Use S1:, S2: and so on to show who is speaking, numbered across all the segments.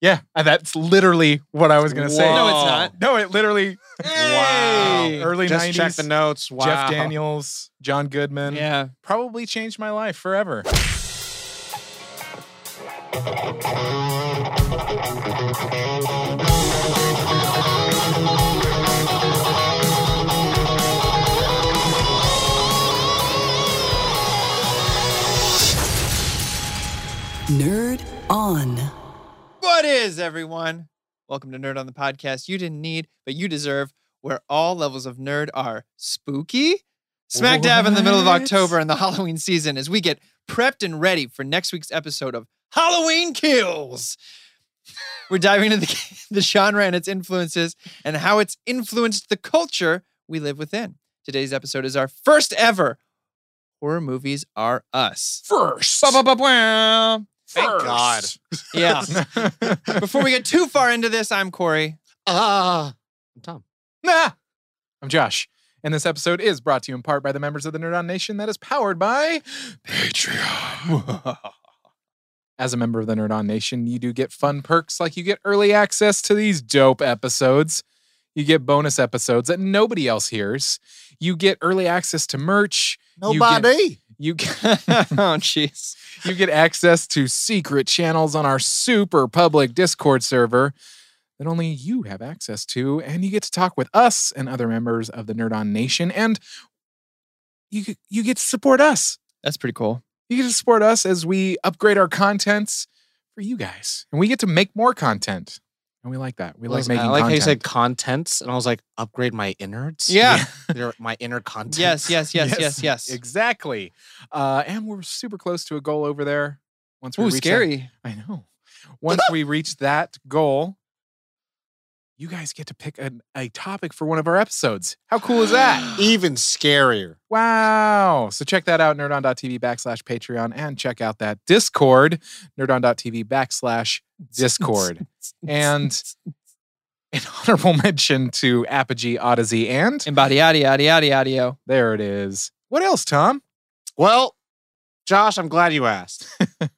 S1: Yeah, and that's literally what I was going to say.
S2: No, it's not.
S1: No, it literally
S2: Hey!
S1: Wow. Early
S3: Just check
S1: 90s,
S3: the notes. Wow.
S1: Jeff Daniels, John Goodman.
S2: Yeah.
S1: Probably changed my life forever.
S4: Nerd on.
S2: What is everyone? Welcome to Nerd on the Podcast. You didn't need, but you deserve, where all levels of nerd are spooky. Smack dab in the middle of
S1: What?
S2: October and the Halloween season as we get prepped and ready for next week's episode of Halloween Kills. We're diving into the, the genre and its influences and how it's influenced the culture we live within. Today's episode is our first ever Horror Movies Are Us.
S1: First.
S2: Ba-ba-ba-bam.
S3: Thank God.
S2: Yeah. Before we get too far into this, I'm Corey.
S3: Ah. I'm Tom.
S1: Nah. I'm Josh. And this episode is brought to you in part by the members of the Nerd On Nation that is powered by Patreon. As a member of the Nerd On Nation, you do get fun perks like you get early access to these dope episodes. You get bonus episodes that nobody else hears. You get early access to merch. You get-
S3: Nobody.
S1: You get
S2: oh, jeez.
S1: You get access to secret channels on our super public Discord server that only you have access to, and you get to talk with us and other members of the Nerd On Nation, and you get- you get to support us.
S2: That's pretty cool.
S1: You get to support us as we upgrade our contents for you guys, and we get to make more content, and we like that. We like
S3: Listen,
S1: making.
S3: I like how you said
S1: content.
S3: contents, and I was like, upgrade my innards.
S2: Yeah.
S3: They're my inner contents.
S2: yes, yes, yes, yes, yes.
S1: exactly, uh, and we're super close to a goal over there. Once we
S2: Ooh,
S1: reach that-
S2: scary.
S1: I know. Once we reach that goal, you guys get to pick an, a topic for one of our episodes. How cool is that?
S3: Even scarier.
S1: wow. So check that out, nerdon.tv backslash Patreon, and check out that Discord, nerdon.tv backslash Discord. and an honorable mention to Apogee Odyssey. And
S2: And body yada yada yada yada.
S1: there it is. What else, Tom?
S3: Well, Josh, I'm glad you asked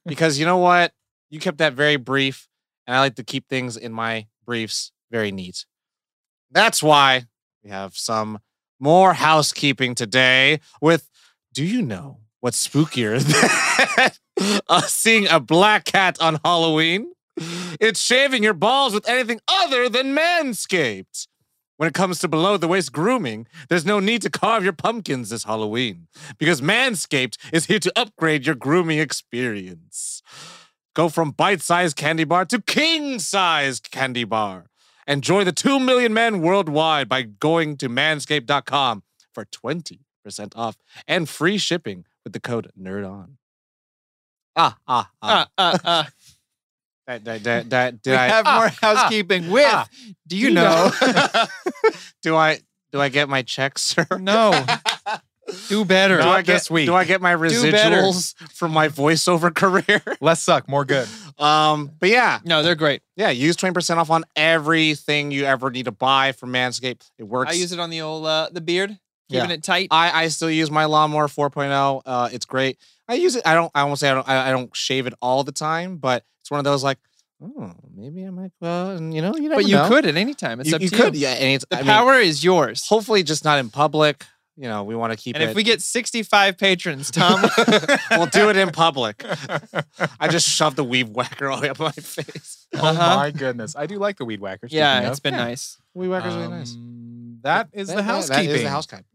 S3: because you know what? You kept that very brief, and I like to keep things in my briefs very neat. That's why we have some more housekeeping today with Do you know what's spookier than uh, seeing a black cat on Halloween? It's shaving your balls with anything other than Manscaped. When it comes to below the waist grooming, there's no need to carve your pumpkins this Halloween because Manscaped is here to upgrade your grooming experience. Go from bite sized candy bar to king sized candy bar. and join the 2 million men worldwide by going to manscaped.com for 20% off and free shipping with the code NERDON. Ah, ah, ah.
S2: Uh, uh, uh.
S3: That- that- that- that- did
S2: we
S3: I-
S2: have
S3: ah,
S2: more
S3: ah,
S2: housekeeping with.
S3: ah.
S2: do you know?
S3: do I do I get my checks, sir?
S2: no. Do better.
S3: Do I get,
S1: this week.
S3: Do I get my
S2: Do better.
S3: residuals from my voiceover career?
S1: Less suck, more good.
S3: Um, but yeah,
S2: no, they're great.
S3: yeah, use 20% off on everything you ever need to buy from Manscaped. It works.
S2: I use it on the old uh, the beard,
S3: Yeah. Uh,
S2: keeping it tight.
S3: I, I still use my lawnmower 4.0. Uh, it's great. I use it. I don't. I won't say I don't. I, I don't shave it all the time, but it's one of those like, oh, maybe I might go out and you know, you never
S2: but you
S3: know.
S2: could at any time. It's
S3: You,
S2: up
S3: you
S2: to
S3: could.
S2: you.
S3: Yeah, and it's
S2: The
S3: I mean,
S2: power is yours.
S3: hopefully, just not in public. You know, we want to keep
S2: And
S3: it.
S2: if we get 65 patrons, Tom,
S3: we'll do it in public. I just shoved the weed whacker all the way up my face.
S1: Oh
S2: Uh-huh.
S1: my goodness. I do like the weed whacker.
S2: yeah,
S1: speaking
S2: it's
S1: of.
S2: been
S1: Yeah.
S2: nice.
S3: Weed whacker's really nice.
S1: Um, That is the
S3: That- that-
S1: housekeeping.
S3: That is the housekeeping.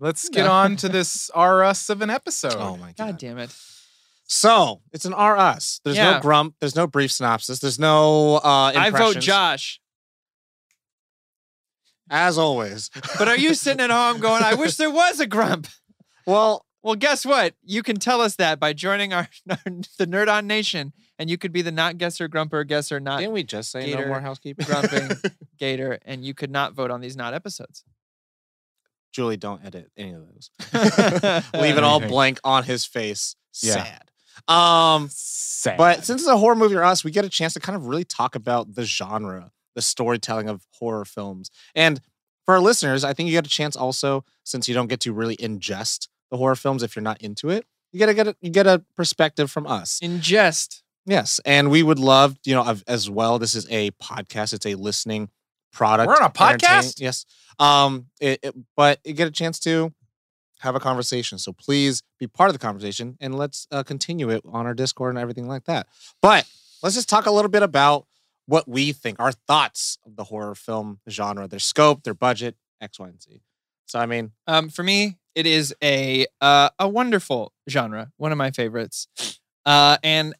S1: Let's get
S2: Yeah.
S1: on to this RS of an episode.
S3: Oh my god.
S2: God damn it.
S3: So it's an R us. There's
S2: Yeah.
S3: no grump. There's no brief synopsis. There's no uh,
S2: I vote
S3: impressions.
S2: Josh.
S3: as always.
S2: But are you sitting at home going, I wish there was a grump?
S3: Well,
S2: Well, guess what? You can tell us that by joining our, the Nerd On Nation, and you could be the not guesser, grumper, guesser, not
S3: didn't we just say
S2: Gator
S3: no more housekeeping?
S2: grumping gator, and you could not vote on these not episodes.
S3: Julie, don't edit any of those. Leave it all
S1: Anything.
S3: blank on his face.
S1: Yeah.
S3: Sad. Um,
S1: Sad.
S3: but since it's a horror movie or us, we get a chance to kind of really talk about the genre, the storytelling of horror films. And for our listeners, I think you get a chance also, since you don't get to really ingest the horror films if you're not into it, you get to get a, you get a perspective from us.
S2: Ingest.
S3: Yes, and we would love, you know, of- as well. This is a podcast. It's a listening product.
S1: We're on a
S3: entertain-
S1: podcast?
S3: Yes. Um. It, it, but you get a chance to have a conversation. So please be part of the conversation, and let's uh, continue it on our Discord and everything like that. But let's just talk a little bit about what we think, our thoughts of the horror film genre, their scope, their budget, X, Y, and Z. So I mean,
S2: Um, for me, it is a uh, a wonderful genre, one of my favorites. Uh, and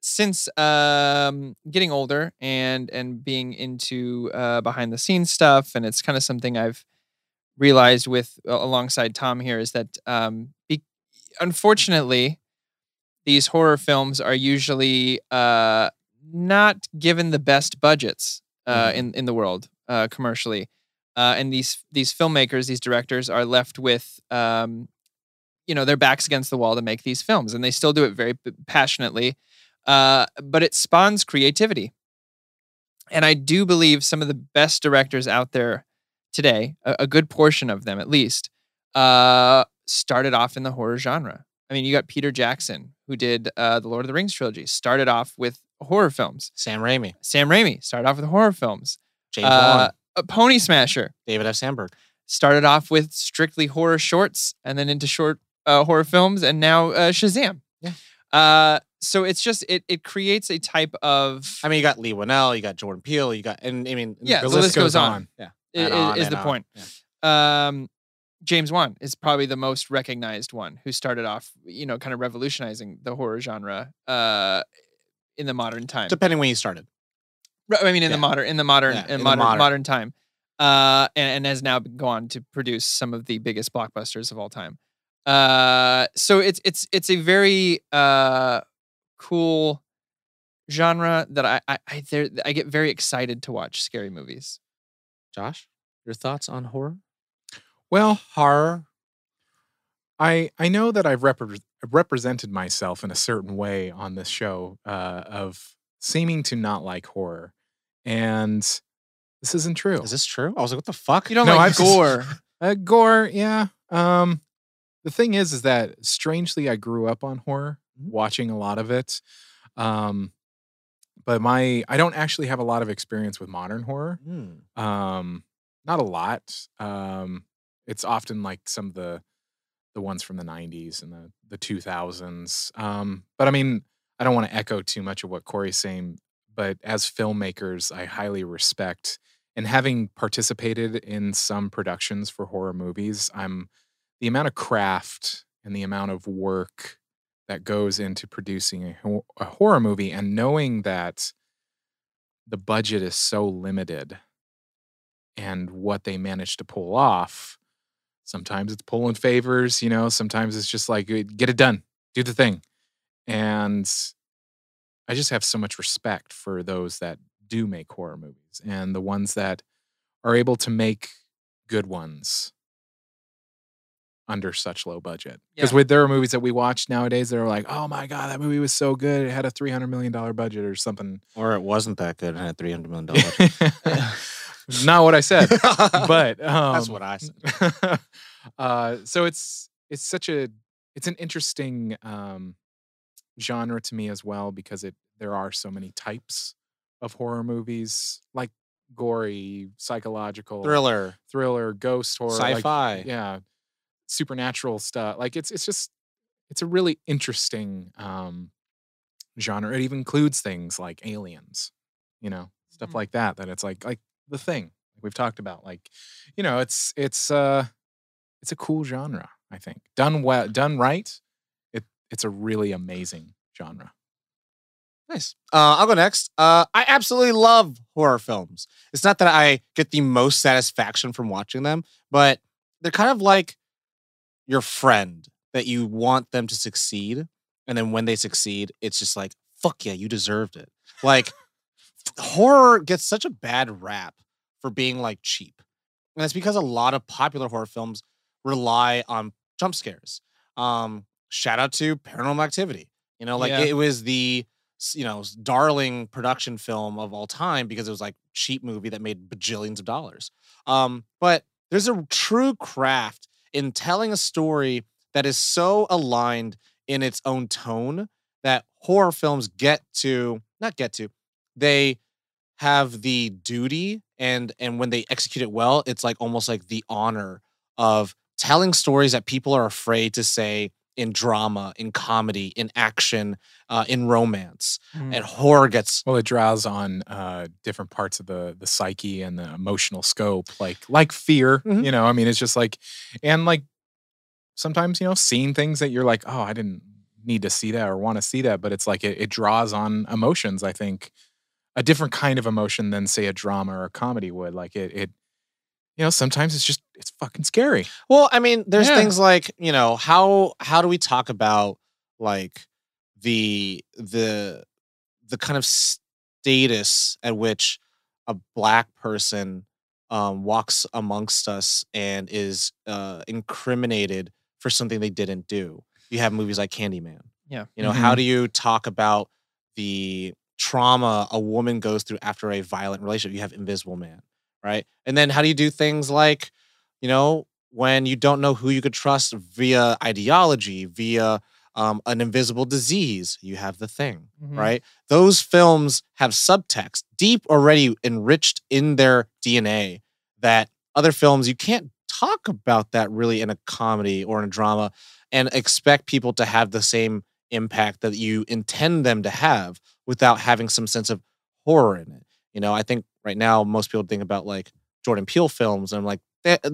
S2: since um, getting older and and being into uh, behind the scenes stuff, and it's kind of something I've realized with alongside Tom here is that um, be- unfortunately, these horror films are usually uh, not given the best budgets uh,
S3: Mhm.
S2: in in the world uh, commercially uh, and these these filmmakers, these directors are left with, um, you know, their backs against the wall to make these films, and they still do it very p- passionately. Uh, but it spawns creativity, and I do believe some of the best directors out there today, a, a good portion of them at least, uh, started off in the horror genre. I mean, you got Peter Jackson, who did uh, the Lord of the Rings trilogy, started off with horror films.
S3: Sam Raimi,
S2: Sam Raimi started off with horror films.
S3: James
S2: Uh,
S3: Wan,
S2: a Pony Smasher
S3: David F. Sandberg.
S2: started off with strictly horror shorts and then into short uh, horror films and now uh, Shazam.
S3: Yeah.
S2: Uh, so it's just it it creates a type of
S3: I mean, you got Lee Winnell, you got Jordan Peele, you got, and I mean,
S2: Yeah, the list goes on.
S3: Yeah.
S2: i-
S3: and
S2: i-
S3: on
S2: is
S3: and
S2: the
S3: on.
S2: point.
S3: Yeah.
S2: Um, James Wan is probably the most recognized one who started off you know kind of revolutionizing the horror genre uh, in the modern time.
S3: Depending when you started.
S2: Right, I mean, in the
S3: Yeah.
S2: modern, in the modern,
S3: Yeah,
S2: in,
S3: in the
S2: modern, modern,
S3: modern.
S2: time, uh, and, and has now gone to produce some of the biggest blockbusters of all time. Uh, so it's it's it's a very uh, cool genre that I I I, there, I get very excited to watch scary movies.
S3: Josh, your thoughts on horror?
S1: Well, horror. I I know that I've repre- represented myself in a certain way on this show uh, of seeming to not like horror, and this isn't true.
S3: Is this true? I was like, what the fuck?
S2: You don't
S1: No,
S2: like
S1: I've-
S2: gore.
S1: Uh, gore, yeah. Um, the thing is, is that strangely, I grew up on horror,
S3: Mhm.
S1: watching a lot of it. Um, but my, I don't actually have a lot of experience with modern horror.
S3: Mm.
S1: Um, not a lot. Um, it's often like some of the, the ones from the '90s and the the 2000s. Um, but I mean, I don't want to echo too much of what Corey's saying. But as filmmakers, I highly respect and having participated in some productions for horror movies i'm the amount of craft and the amount of work that goes into producing a, ho- a horror movie and knowing that the budget is so limited and what they manage to pull off sometimes it's pulling favors you know sometimes it's just like "Good, get it done do the thing and i just have so much respect for those that do make horror movies and the ones that are able to make good ones under such low budget. Because
S2: Yeah.
S1: with there are movies that we watch nowadays that are like, oh my god, that movie was so good, it had a three hundred million dollar budget or something.
S3: Or it wasn't that good and had $300 million.
S1: Not what I said,
S3: but
S1: but um,
S3: that's what I said.
S1: uh, so it's it's such a it's an interesting um, genre to me as well because it there are so many types of horror movies like gory, psychological,
S3: Thriller,
S1: thriller, ghost horror, like,
S3: sci-fi.
S1: yeah, supernatural stuff. Like it's it's just it's a really interesting um, genre. It even includes things like aliens, you know, stuff
S2: Mhm.
S1: like that. That it's like like the thing we've talked about. Like you know, it's it's uh it's a cool genre. I think done well, done right, it it's a really amazing genre.
S3: Nice. Uh, I'll go next. Uh, I absolutely love horror films. It's not that I get the most satisfaction from watching them, but they're kind of like your friend that you want them to succeed. And then when they succeed, it's just like, fuck yeah, you deserved it. Like, horror gets such a bad rap for being like cheap. And that's because a lot of popular horror films rely on jump scares. Um, shout out to Paranormal Activity. You know, like
S2: Yeah.
S3: it was the s- you know s- darling production film of all time because it was like cheap movie that made bajillions of dollars. Um, but there's a true craft in telling a story that is so aligned in its own tone that horror films get to not get to they have the duty and and when they execute it well it's like almost like the honor of telling stories that people are afraid to say in drama in comedy in action uh, in romance and horror gets
S1: Well, it draws on uh, different parts of the the psyche and the emotional scope, like like fear.
S3: Mhm.
S1: You know, I mean, it's just like, and like sometimes you know, seeing things that you're like, oh, I didn't need to see that or want to see that, but it's like it, it draws on emotions. I think a different kind of emotion than say a drama or a comedy would. Like it, it, you know, sometimes it's just it's fucking scary.
S3: Well, I mean, there's
S2: Yeah.
S3: things like you know how how do we talk about like the the the kind of status at which a black person um, walks amongst us and is uh, incriminated for something they didn't do. You have movies like Candyman.
S2: Yeah.
S3: you know how do you talk about the trauma a woman goes through after a violent relationship? You have Invisible Man, right? And then how do you do things like you know, when you don't know who you could trust via ideology, via um, an invisible disease, you have the thing,
S2: Mm-hmm.
S3: right? Those films have subtext, deep already enriched in their DNA that other films you can't talk about that really in a comedy or in a drama and expect people to have the same impact that you intend them to have without having some sense of horror in it. You know, I think right now most people think about like Jordan Peele films and I'm like that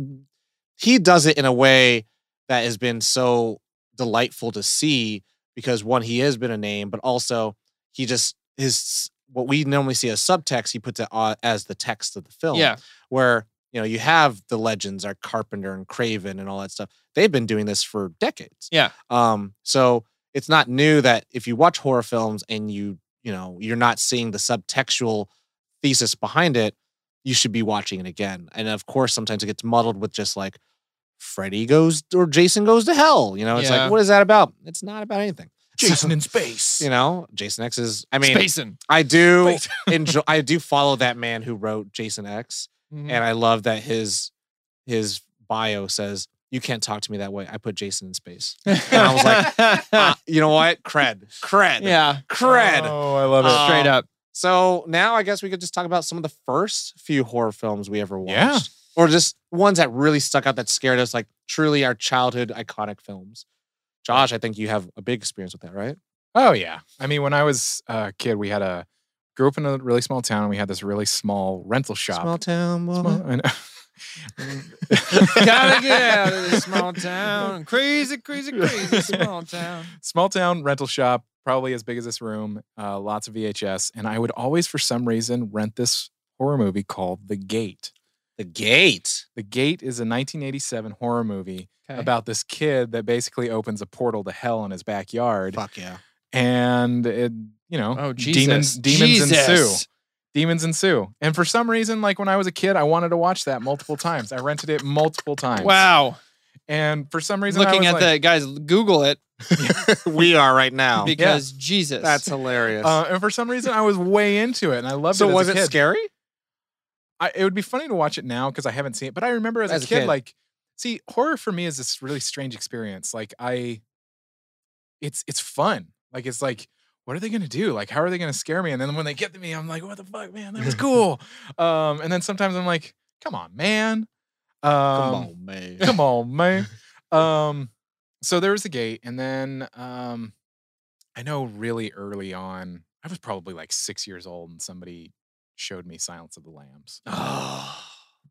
S3: he does it in a way that has been so delightful to see because one he has been a name but also he just his what we normally see as subtext he puts it on as the text of the film
S2: Mm-hmm. Yeah.
S3: where you know you have the legends are Carpenter and Craven and all that stuff. They've been doing this for decades.
S2: Yeah.
S3: Um. So it's not new that if you watch horror films and you you know you're not seeing the subtextual thesis behind it, you should be watching it again. And of course, sometimes it gets muddled with just like Freddy goes or Jason goes to hell. You know, it's
S2: Yeah.
S3: like what is that about? It's not about anything.
S1: Jason in space.
S3: You know, Jason X is. I mean,
S2: Spacing.
S3: I do
S1: Space.
S3: enjoy. I do follow that man who wrote Jason X
S2: Mhm.
S3: and
S1: Mm-hmm.
S3: I love that his his bio says you can't talk to me that way. I put Jason in space. and I was like, Ah, you know what? Cred, cred,
S2: yeah.
S3: cred.
S1: Oh, I love it.
S3: Uh,
S2: Straight up.
S3: So now I guess we could just talk about some of the first few horror films we ever watched,
S1: Yeah.
S3: or just ones that really stuck out that scared us, like truly our childhood iconic films. Josh, I think you have a big experience with that, right?
S1: Oh yeah. I mean, when I was a kid, we had a grew up in a really small town. and We had this really small rental shop.
S3: Small town woman.
S1: Small- I know.
S2: Uh, Gotta get out of this small town. Crazy, crazy, crazy small town.
S1: Small town rental shop, probably as big as this room. Uh, lots of VHS, and I would always, for some reason, rent this horror movie called The Gate.
S3: The gate.
S1: The Gate is a 1987 horror movie
S2: Okay.
S1: about this kid that basically opens a portal to hell in his backyard,
S3: Fuck yeah.
S1: and it, you know,
S2: oh
S1: demons,
S2: Jesus.
S1: demons
S2: Jesus.
S1: ensue. Demons Ensue. And for some reason, like when I was a kid, I wanted to watch that multiple times. I rented it multiple times.
S2: Wow.
S1: And for some reason,
S2: Looking
S1: I
S2: at
S1: was
S2: the guys, Google it
S3: we are right now.
S2: because Jesus.
S3: That's hilarious.
S1: like, uh, and for some reason, I was way into it, and I loved
S3: so
S1: it. as
S3: was
S1: a
S3: it
S1: kid.
S3: scary?
S1: I, it would be funny to watch it now because I haven't seen it. But I remember as, a, kid, like, see, horror for me is this really strange experience. Like, I, it's it's fun. Like, it's like, what are they gonna do? Like, how are they gonna scare me? And then when they get to me, I'm like, what the fuck, man? That was cool. um, and then sometimes I'm like, come on, man. Um,
S3: Come on, man.
S1: Come on, man. Um, so there was the gate, and then um, I know really early on, I was probably like six years old, and somebody showed me Silence of the Lambs.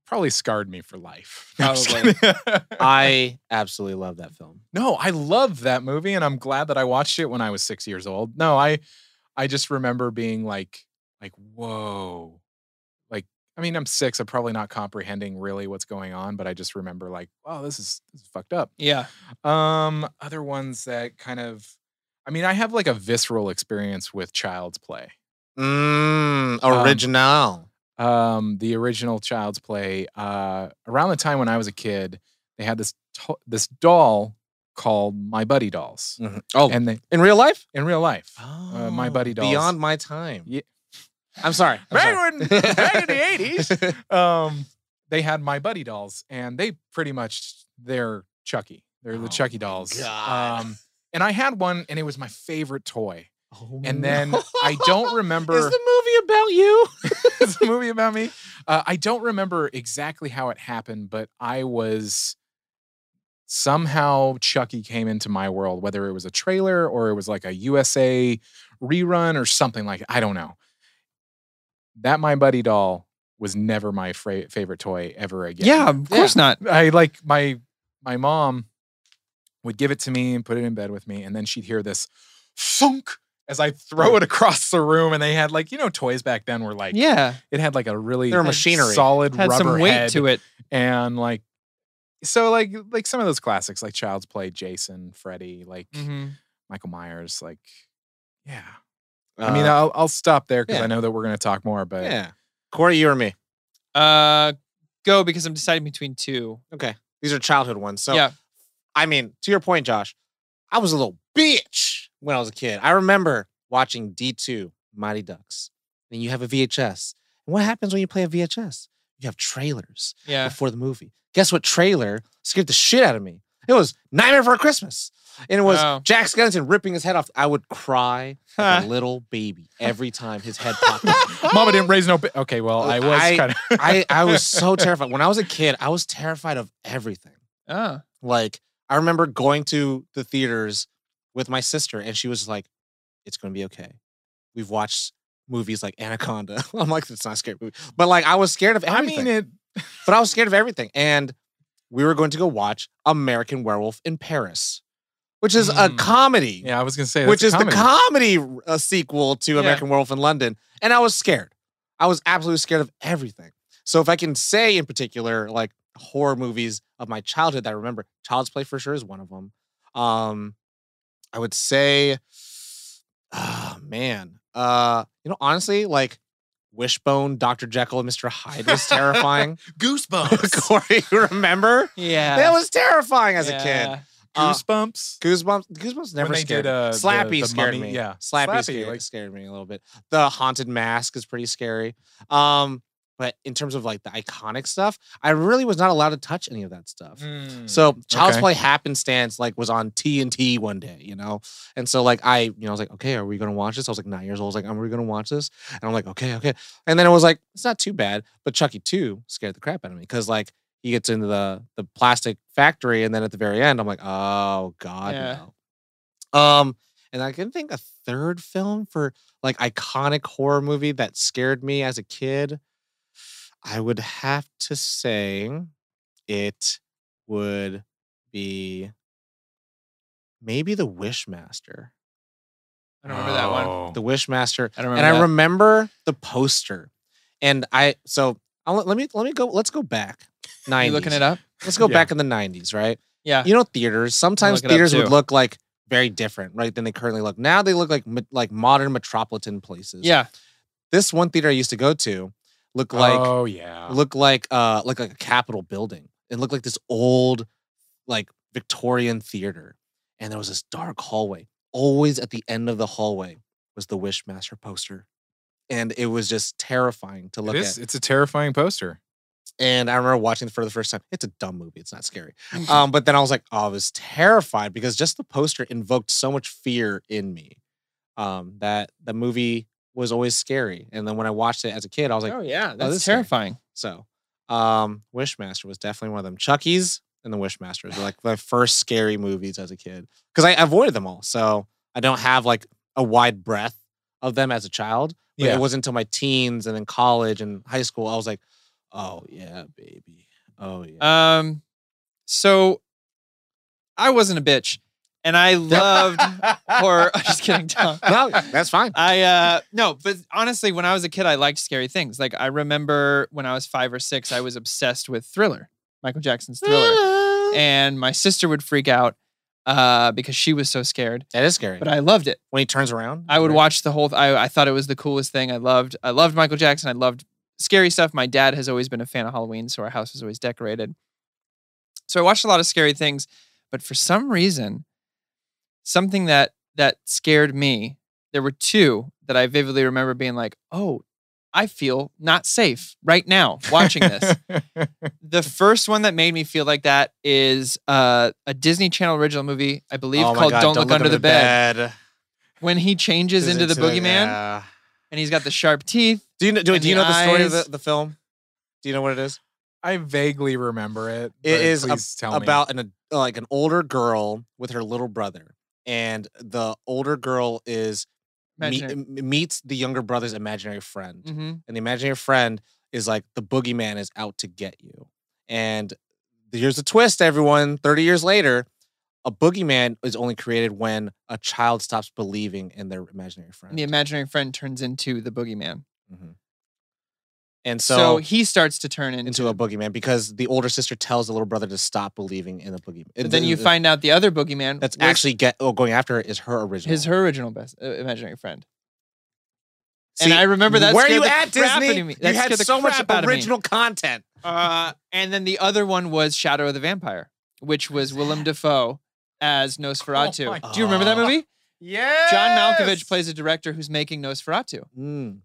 S1: Probably scarred me for life. No, I'm just
S2: Probably.
S1: kidding.
S2: "Uh"
S3: I absolutely love that film.
S1: no, I love that movie, and I'm glad that I watched it when I was six years old. No, I, I just remember being like, like, whoa, like. I mean, I'm six. I'm probably not comprehending really what's going on, but I just remember like, wow, this is this is fucked up.
S2: yeah.
S1: Um, other ones that kind of, I mean, I have like a visceral experience with Child's Play.
S3: Mm,
S1: Um,
S3: original.
S1: Um, the original Child's Play. Uh, around the time when I was a kid, they had this to- this doll called My Buddy Dolls,
S3: Oh,
S1: and they
S3: in real life?
S1: in real life.
S3: Oh,
S1: Uh, My Buddy Dolls.
S3: Beyond my time.
S1: Ye-
S3: I'm sorry. I'm
S1: Back
S3: sorry.
S1: when- back in the 80s.
S3: Oh.
S1: Um, they had My Buddy Dolls, and they pretty much they're Chucky. They're
S3: Oh
S1: the Chucky
S3: my
S1: dolls.
S3: God.
S1: Um, And I had one, and it was my favorite toy. And then I don't remember.
S3: Is the movie about you?
S1: it's a movie about me. Uh, I don't remember exactly how it happened, but I was somehow Chucky came into my world, whether it was a trailer or it was like a USA rerun or something like I don't know. That My Buddy doll was never my fra- favorite toy ever again.
S2: Yeah, of course not.
S1: I like my my mom would give it to me and put it in bed with me, and then she'd hear this thunk as I throw it across the room. And they had like you know toys back then were like
S2: yeah,
S1: it had like a really
S3: They're
S1: had
S3: machinery.
S1: solid
S2: had
S1: rubber
S2: some weight
S1: head
S2: to it.
S1: and like so like like some of those classics like Child's Play, Jason, Freddy, like
S2: Mm-hmm.
S1: Michael Myers, like yeah. I mean, uh,
S3: Uh,
S1: I'll I'll stop there because
S3: yeah.
S1: I know that we're gonna talk more, but
S3: yeah. Corey, you or me?
S2: Uh, go because I'm deciding between two.
S3: Okay. These are childhood ones. So,
S2: yeah,
S3: I mean, to your point, Josh, I was a little bitch when I was a kid. I remember watching D2 Mighty Ducks, and you have a VHS. And what happens when you play a VHS? You have trailers
S2: yeah.
S3: before the movie. Guess what trailer scared the shit out of me? It was Nightmare Before Christmas. And it was
S2: Oh.
S3: Jack Skellington ripping his head off. I would cry like
S2: Huh.
S3: a little baby every time his head popped up.
S1: Mama didn't raise no. Bi- okay, well I was
S3: I-
S1: kind of
S3: I, I was so terrified. When I was a kid, I was terrified of everything.
S2: Oh.
S3: Like I remember going to the theaters with my sister, and she was like, "It's going to be okay." We've watched movies like Anaconda. I'm like, "It's not a scary movie," but like I was scared of
S1: I
S3: everything.
S1: mean it.
S3: but I was scared of everything, and we were going to go watch American Werewolf in Paris, which is a
S1: Mm.
S3: comedy,
S1: Yeah, I was gonna say
S3: which
S1: that's
S3: is
S1: a comedy.
S3: the comedy uh, sequel to
S2: Yeah.
S3: American Werewolf in London, and I was scared. I was absolutely scared of everything. So if I can say in particular, like horror movies of my childhood that I remember, Child's Play for sure is one of them. Um, I would say, ah man, uh, you know, honestly, like Wishbone, Doctor Jekyll, and Mister Hyde was terrifying.
S1: goosebumps.
S3: Corey, you remember?
S2: Yeah.
S3: That was terrifying as a kid.
S2: Yeah.
S3: Uh,
S1: goosebumps.
S3: Goosebumps. Goosebumps never
S1: they
S3: scared.
S1: did, uh,
S3: me.
S1: the-
S3: Slappy
S1: the
S3: scared
S1: mummy,
S3: me.
S1: yeah.
S3: Slappy,
S1: Slappy,
S3: scared,
S1: like-
S3: scared me a little bit. The haunted mask is pretty scary. Um, but in terms of like the iconic stuff, I really was not allowed to touch any of that stuff.
S1: Mm.
S3: So Child's
S1: okay.
S3: Play happenstance like was on TNT one day, you know, and so like I, you know, I was like, okay, are we gonna watch this? I was like nine years old. I was like, are we gonna watch this? And I'm like, okay, okay. And then it was like, it's not too bad, but Chucky two scared the crap out of me because like he gets into the the plastic factory, and then at the very end, I'm like, oh god,
S2: Yeah.
S3: no. Um, and I can think a third film for like iconic horror movie that scared me as a kid. I would have to say it would be maybe the Wishmaster.
S2: I don't remember that one.
S1: Oh.
S3: The Wishmaster.
S2: I don't remember.
S3: And I
S2: that.
S3: remember the poster. And I so I'll, let me let me go let's go back. 90s.
S2: You looking it up?
S3: Let's go
S1: Yeah.
S3: back in the 90s, right?
S2: Yeah.
S3: You know theaters, sometimes
S2: it up
S3: theaters
S2: too.
S3: would look like very different, right, than they currently look. Now they look like me- like modern metropolitan places.
S2: Yeah.
S3: This one theater I used to go to looked like
S1: oh yeah.
S3: looked like uh like like a capitol building it looked like this old like victorian theater and there was this dark hallway always at the end of the hallway was the wishmaster poster and it was just terrifying to
S1: it
S3: look
S1: is.
S3: at
S1: It's a terrifying poster.
S3: and i remember watching it for the first time it's a dumb movie it's not scary um but then i was like oh i was terrified because just the poster invoked so much fear in me um that the movie was always scary and then when i watched it as a kid i was like
S2: oh yeah, that's
S3: this is scary.
S2: terrifying.
S3: so, um, Wishmaster was definitely one of them. Chucky's and the Wishmasters were like my first scary movies as a kid because I avoided them all. So I don't have like a wide breadth of them as a child. But
S1: Yeah.
S3: It wasn't until my teens and then college and high school I was like, oh yeah, baby, oh yeah.
S2: Um, so I wasn't a bitch, and I loved horror. I'm just kidding, Tom.
S3: no, that's fine.
S2: I uh no, but honestly, when I was a kid, I liked scary things. Like I remember when I was five or six, I was obsessed with Thriller, Michael Jackson's Thriller, and my sister would freak out uh because she was so scared.
S3: That is scary.
S2: But I loved it.
S3: when he turns around,
S2: I would
S3: right?
S2: watch the whole. Th- I I thought it was the coolest thing. I loved. I loved Michael Jackson. I loved scary stuff. My dad has always been a fan of Halloween, so our house was always decorated. So I watched a lot of scary things, but for some reason, something that that scared me. There were two that I vividly remember being like, "Oh, I feel not safe right now watching this. the first one that made me feel like that is uh, a Disney Channel original movie, I believe,
S3: Oh my
S2: called
S3: God,
S2: Don't, Look, Under the, bed.
S3: bed.
S2: When he changes into the boogeyman
S3: yeah.
S2: and he's got the sharp teeth.
S3: Do you know? Do,
S2: And
S3: do you
S2: the
S3: know the story of
S2: eyes.
S3: the, the film? Do you know what it is?
S1: I vaguely remember it.
S3: It
S1: but
S3: is a-
S1: please tell me.
S3: about an ad- like an older girl with her little brother, and the older girl is me-
S2: Imaginary.
S3: m- meets the younger brother's imaginary friend,
S2: Mhm.
S3: and the imaginary friend is like the boogeyman is out to get you. And here's the twist, everyone. Thirty years later, a boogeyman is only created when a child stops believing in their imaginary friend.
S2: And the imaginary friend turns into the boogeyman.
S3: Mhm. And
S2: So,
S3: so,
S2: he starts to turn into.
S3: into a boogeyman because the older sister tells the little brother to stop believing in the boogeyman.
S2: but then you find out the other boogeyman
S3: that's
S2: was
S3: actually get oh, going after her is her original.
S2: his her original best uh, imaginary friend.
S3: See,
S2: and I remember that.
S3: Where
S2: scared
S3: you
S2: the
S3: at
S2: crap out
S3: Disney?
S2: of me. That
S3: You had
S2: scared the
S3: so much
S2: crap out of me.
S3: original content.
S2: Uh, and then the other one was Shadow of the Vampire, which was Willem Dafoe as Nosferatu.
S1: my
S2: Do you remember that
S3: Oh God.
S2: movie?
S3: Yeah.
S2: John Malkovich plays a director who's making Nosferatu,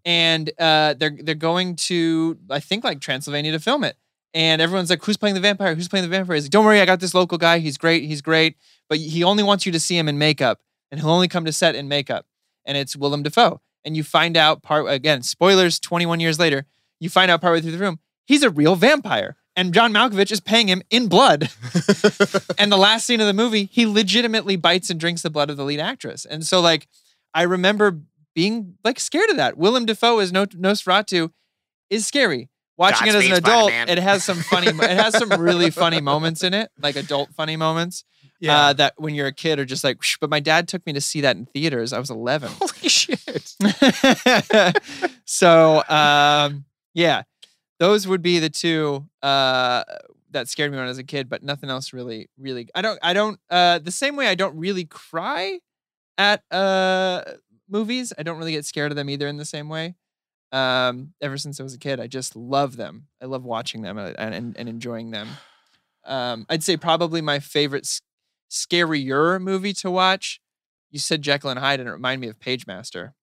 S2: and uh, they're they're going to I think like Transylvania to film it. And everyone's like, "Who's playing the vampire? Who's playing the vampire?" He's like, "Don't worry, I got this local guy. He's great. He's great." But he only wants you to see him in makeup, and he'll only come to set in makeup. And it's Willem Dafoe. And you find out part again, spoilers. Twenty one years later, you find out partway through the room he's a real vampire, and John Malkovich is paying him in blood. and the last scene of the movie, he legitimately bites and drinks the blood of the lead actress. And so, like, I remember being like scared of that. Willem Dafoe as no- Nosferatu is scary. Watching it as an
S3: Godspeed,
S2: adult,
S3: Spider-Man.
S2: it has some funny, it has some really funny moments in it, like adult funny moments
S1: yeah.
S2: uh, that when you're a kid are just like. "Whoosh." But my dad took me to see that in theaters. I was 11.
S1: Holy shit.
S2: so um, yeah, those would be the two uh, that scared me when I was a kid. But nothing else really, really. I don't. I don't. Uh, the same way I don't really cry at uh, movies. I don't really get scared of them either in the same way. Um, ever since I was a kid, I just love them. I love watching them uh, and and, and enjoying them. Um, I'd say probably my favorite s- scarier movie to watch. You said Jekyll and Hyde, and it reminded me of Page Master.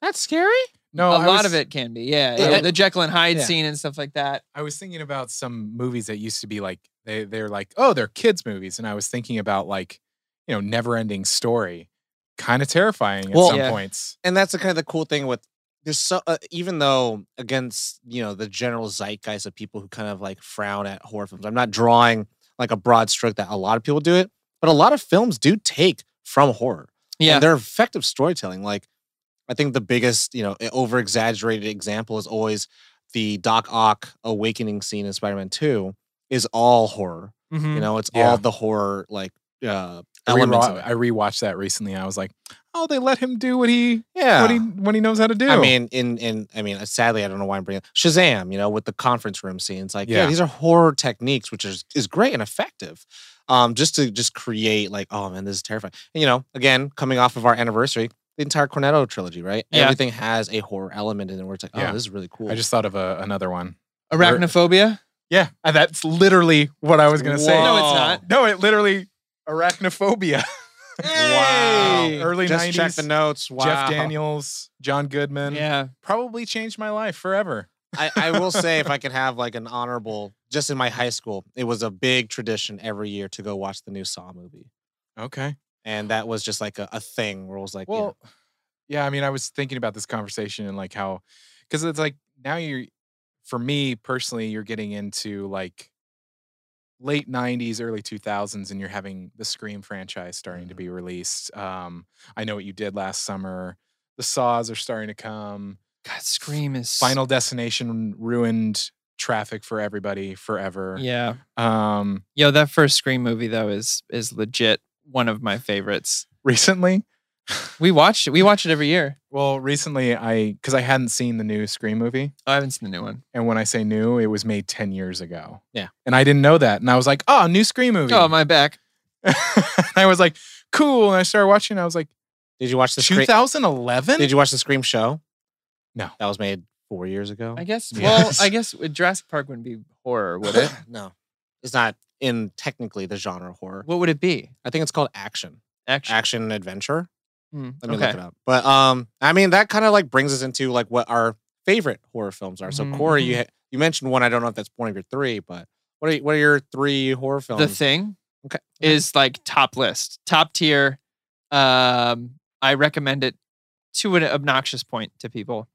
S3: That's scary.
S1: No,
S2: a
S1: I
S2: lot
S1: was-
S2: of it can be. Oh, Yeah,
S1: Yeah,
S2: yeah,
S1: I-
S2: the Jekyll and Hyde
S1: yeah.
S2: scene and stuff like that.
S1: I was thinking about some movies that used to be like they they're like oh they're kids movies, and I was thinking about like you know Never Ending Story, kind of terrifying at
S3: Well-
S1: some
S2: Yeah.
S1: points.
S3: And that's the kind of the cool thing with there's so uh, even though against you know the general zeitgeist of people who kind of like frown at horror films. I'm not drawing like a broad stroke that a lot of people do it, but a lot of films do take from horror. And
S2: Yeah,
S3: they're effective storytelling. Like, I think the biggest, you know, over exaggerated example is always the Doc Ock awakening scene in Spider Man 2 is all horror. You know, it's
S1: Mm. Yeah.
S3: all the horror, like, uh,
S1: I,
S3: elements. of
S1: rewa-
S3: it.
S1: I rewatched that recently. And I was like, oh, they let him do what he
S3: yeah.
S1: what he what he knows how to do.
S3: I mean, in in I mean, sadly, I don't know why I'm bringing Shazam. You know, with the conference room scenes, like yeah,
S1: Yeah.
S3: these are horror techniques, which is is great and effective. Um, just to just create like, oh man, this is terrifying. And, you know, again, coming off of our anniversary, the entire Cornetto trilogy, right?
S2: Yeah.
S3: Everything has a horror element in it. Where it's like, oh,
S1: Yeah.
S3: this is really cool.
S1: I just thought of a, another one.
S2: arachnophobia.
S1: Yeah, uh, that's literally what I was gonna say.
S2: No, it's not.
S1: No, it literally arachnophobia.
S3: wow,
S1: Hey! Early
S3: just check
S1: 90s,
S3: the notes. Wow.
S1: Jeff Daniels, John Goodman,
S2: Yeah,
S1: probably changed my life forever.
S3: I, I will say, if I could have like an honorable, just in my high school, it was a big tradition every year to go watch the new Saw movie.
S1: Okay.
S3: and that was just like a, a thing where it was like,
S1: Well, yeah. I mean, I was thinking about this conversation and like how, because it's like now you're, for me personally, you're getting into like late 90s, early 2000s, and you're having the Scream franchise starting to
S3: Mhm.
S1: be released. Um, I know what you did last summer. The Saws are starting to come.
S2: God, Scream is
S1: Final Destination ruined traffic for everybody forever.
S2: Yeah,
S1: Um,
S2: yo, that first Scream movie though is is legit one of my favorites.
S1: recently,
S2: We watched it. We watch it every year.
S1: well, recently I, because I hadn't seen the new Scream movie.
S2: Oh, I haven't seen the new one.
S1: And when I say new, it was made 10 years ago.
S3: Yeah.
S1: And I didn't know that. And I was like, oh, new Scream movie.
S2: Oh, my back.
S1: I was like, cool. And I started watching. I was like,
S3: yeah. Did you watch the Scream?
S1: 2011?
S3: Did you watch the Scream show?
S1: No.
S3: that was made four years ago.
S2: I guess.
S1: Yeah.
S2: Well, I guess with Jurassic Park wouldn't be horror, would it?
S3: no, it's not in technically the genre horror.
S2: what would it be?
S3: I think it's called action,
S2: Action.
S3: action and adventure.
S2: Hmm,
S3: Let me
S2: okay.
S3: look it up. But um, I mean that kind of like brings us into like what our favorite horror films are. So
S2: Mhm.
S3: Corey, you ha- you mentioned one. I don't know if that's one of your three, but what are what are your three horror films?
S2: The thing
S3: Okay.
S2: is like top list, top tier. Um, I recommend it to an obnoxious point to people.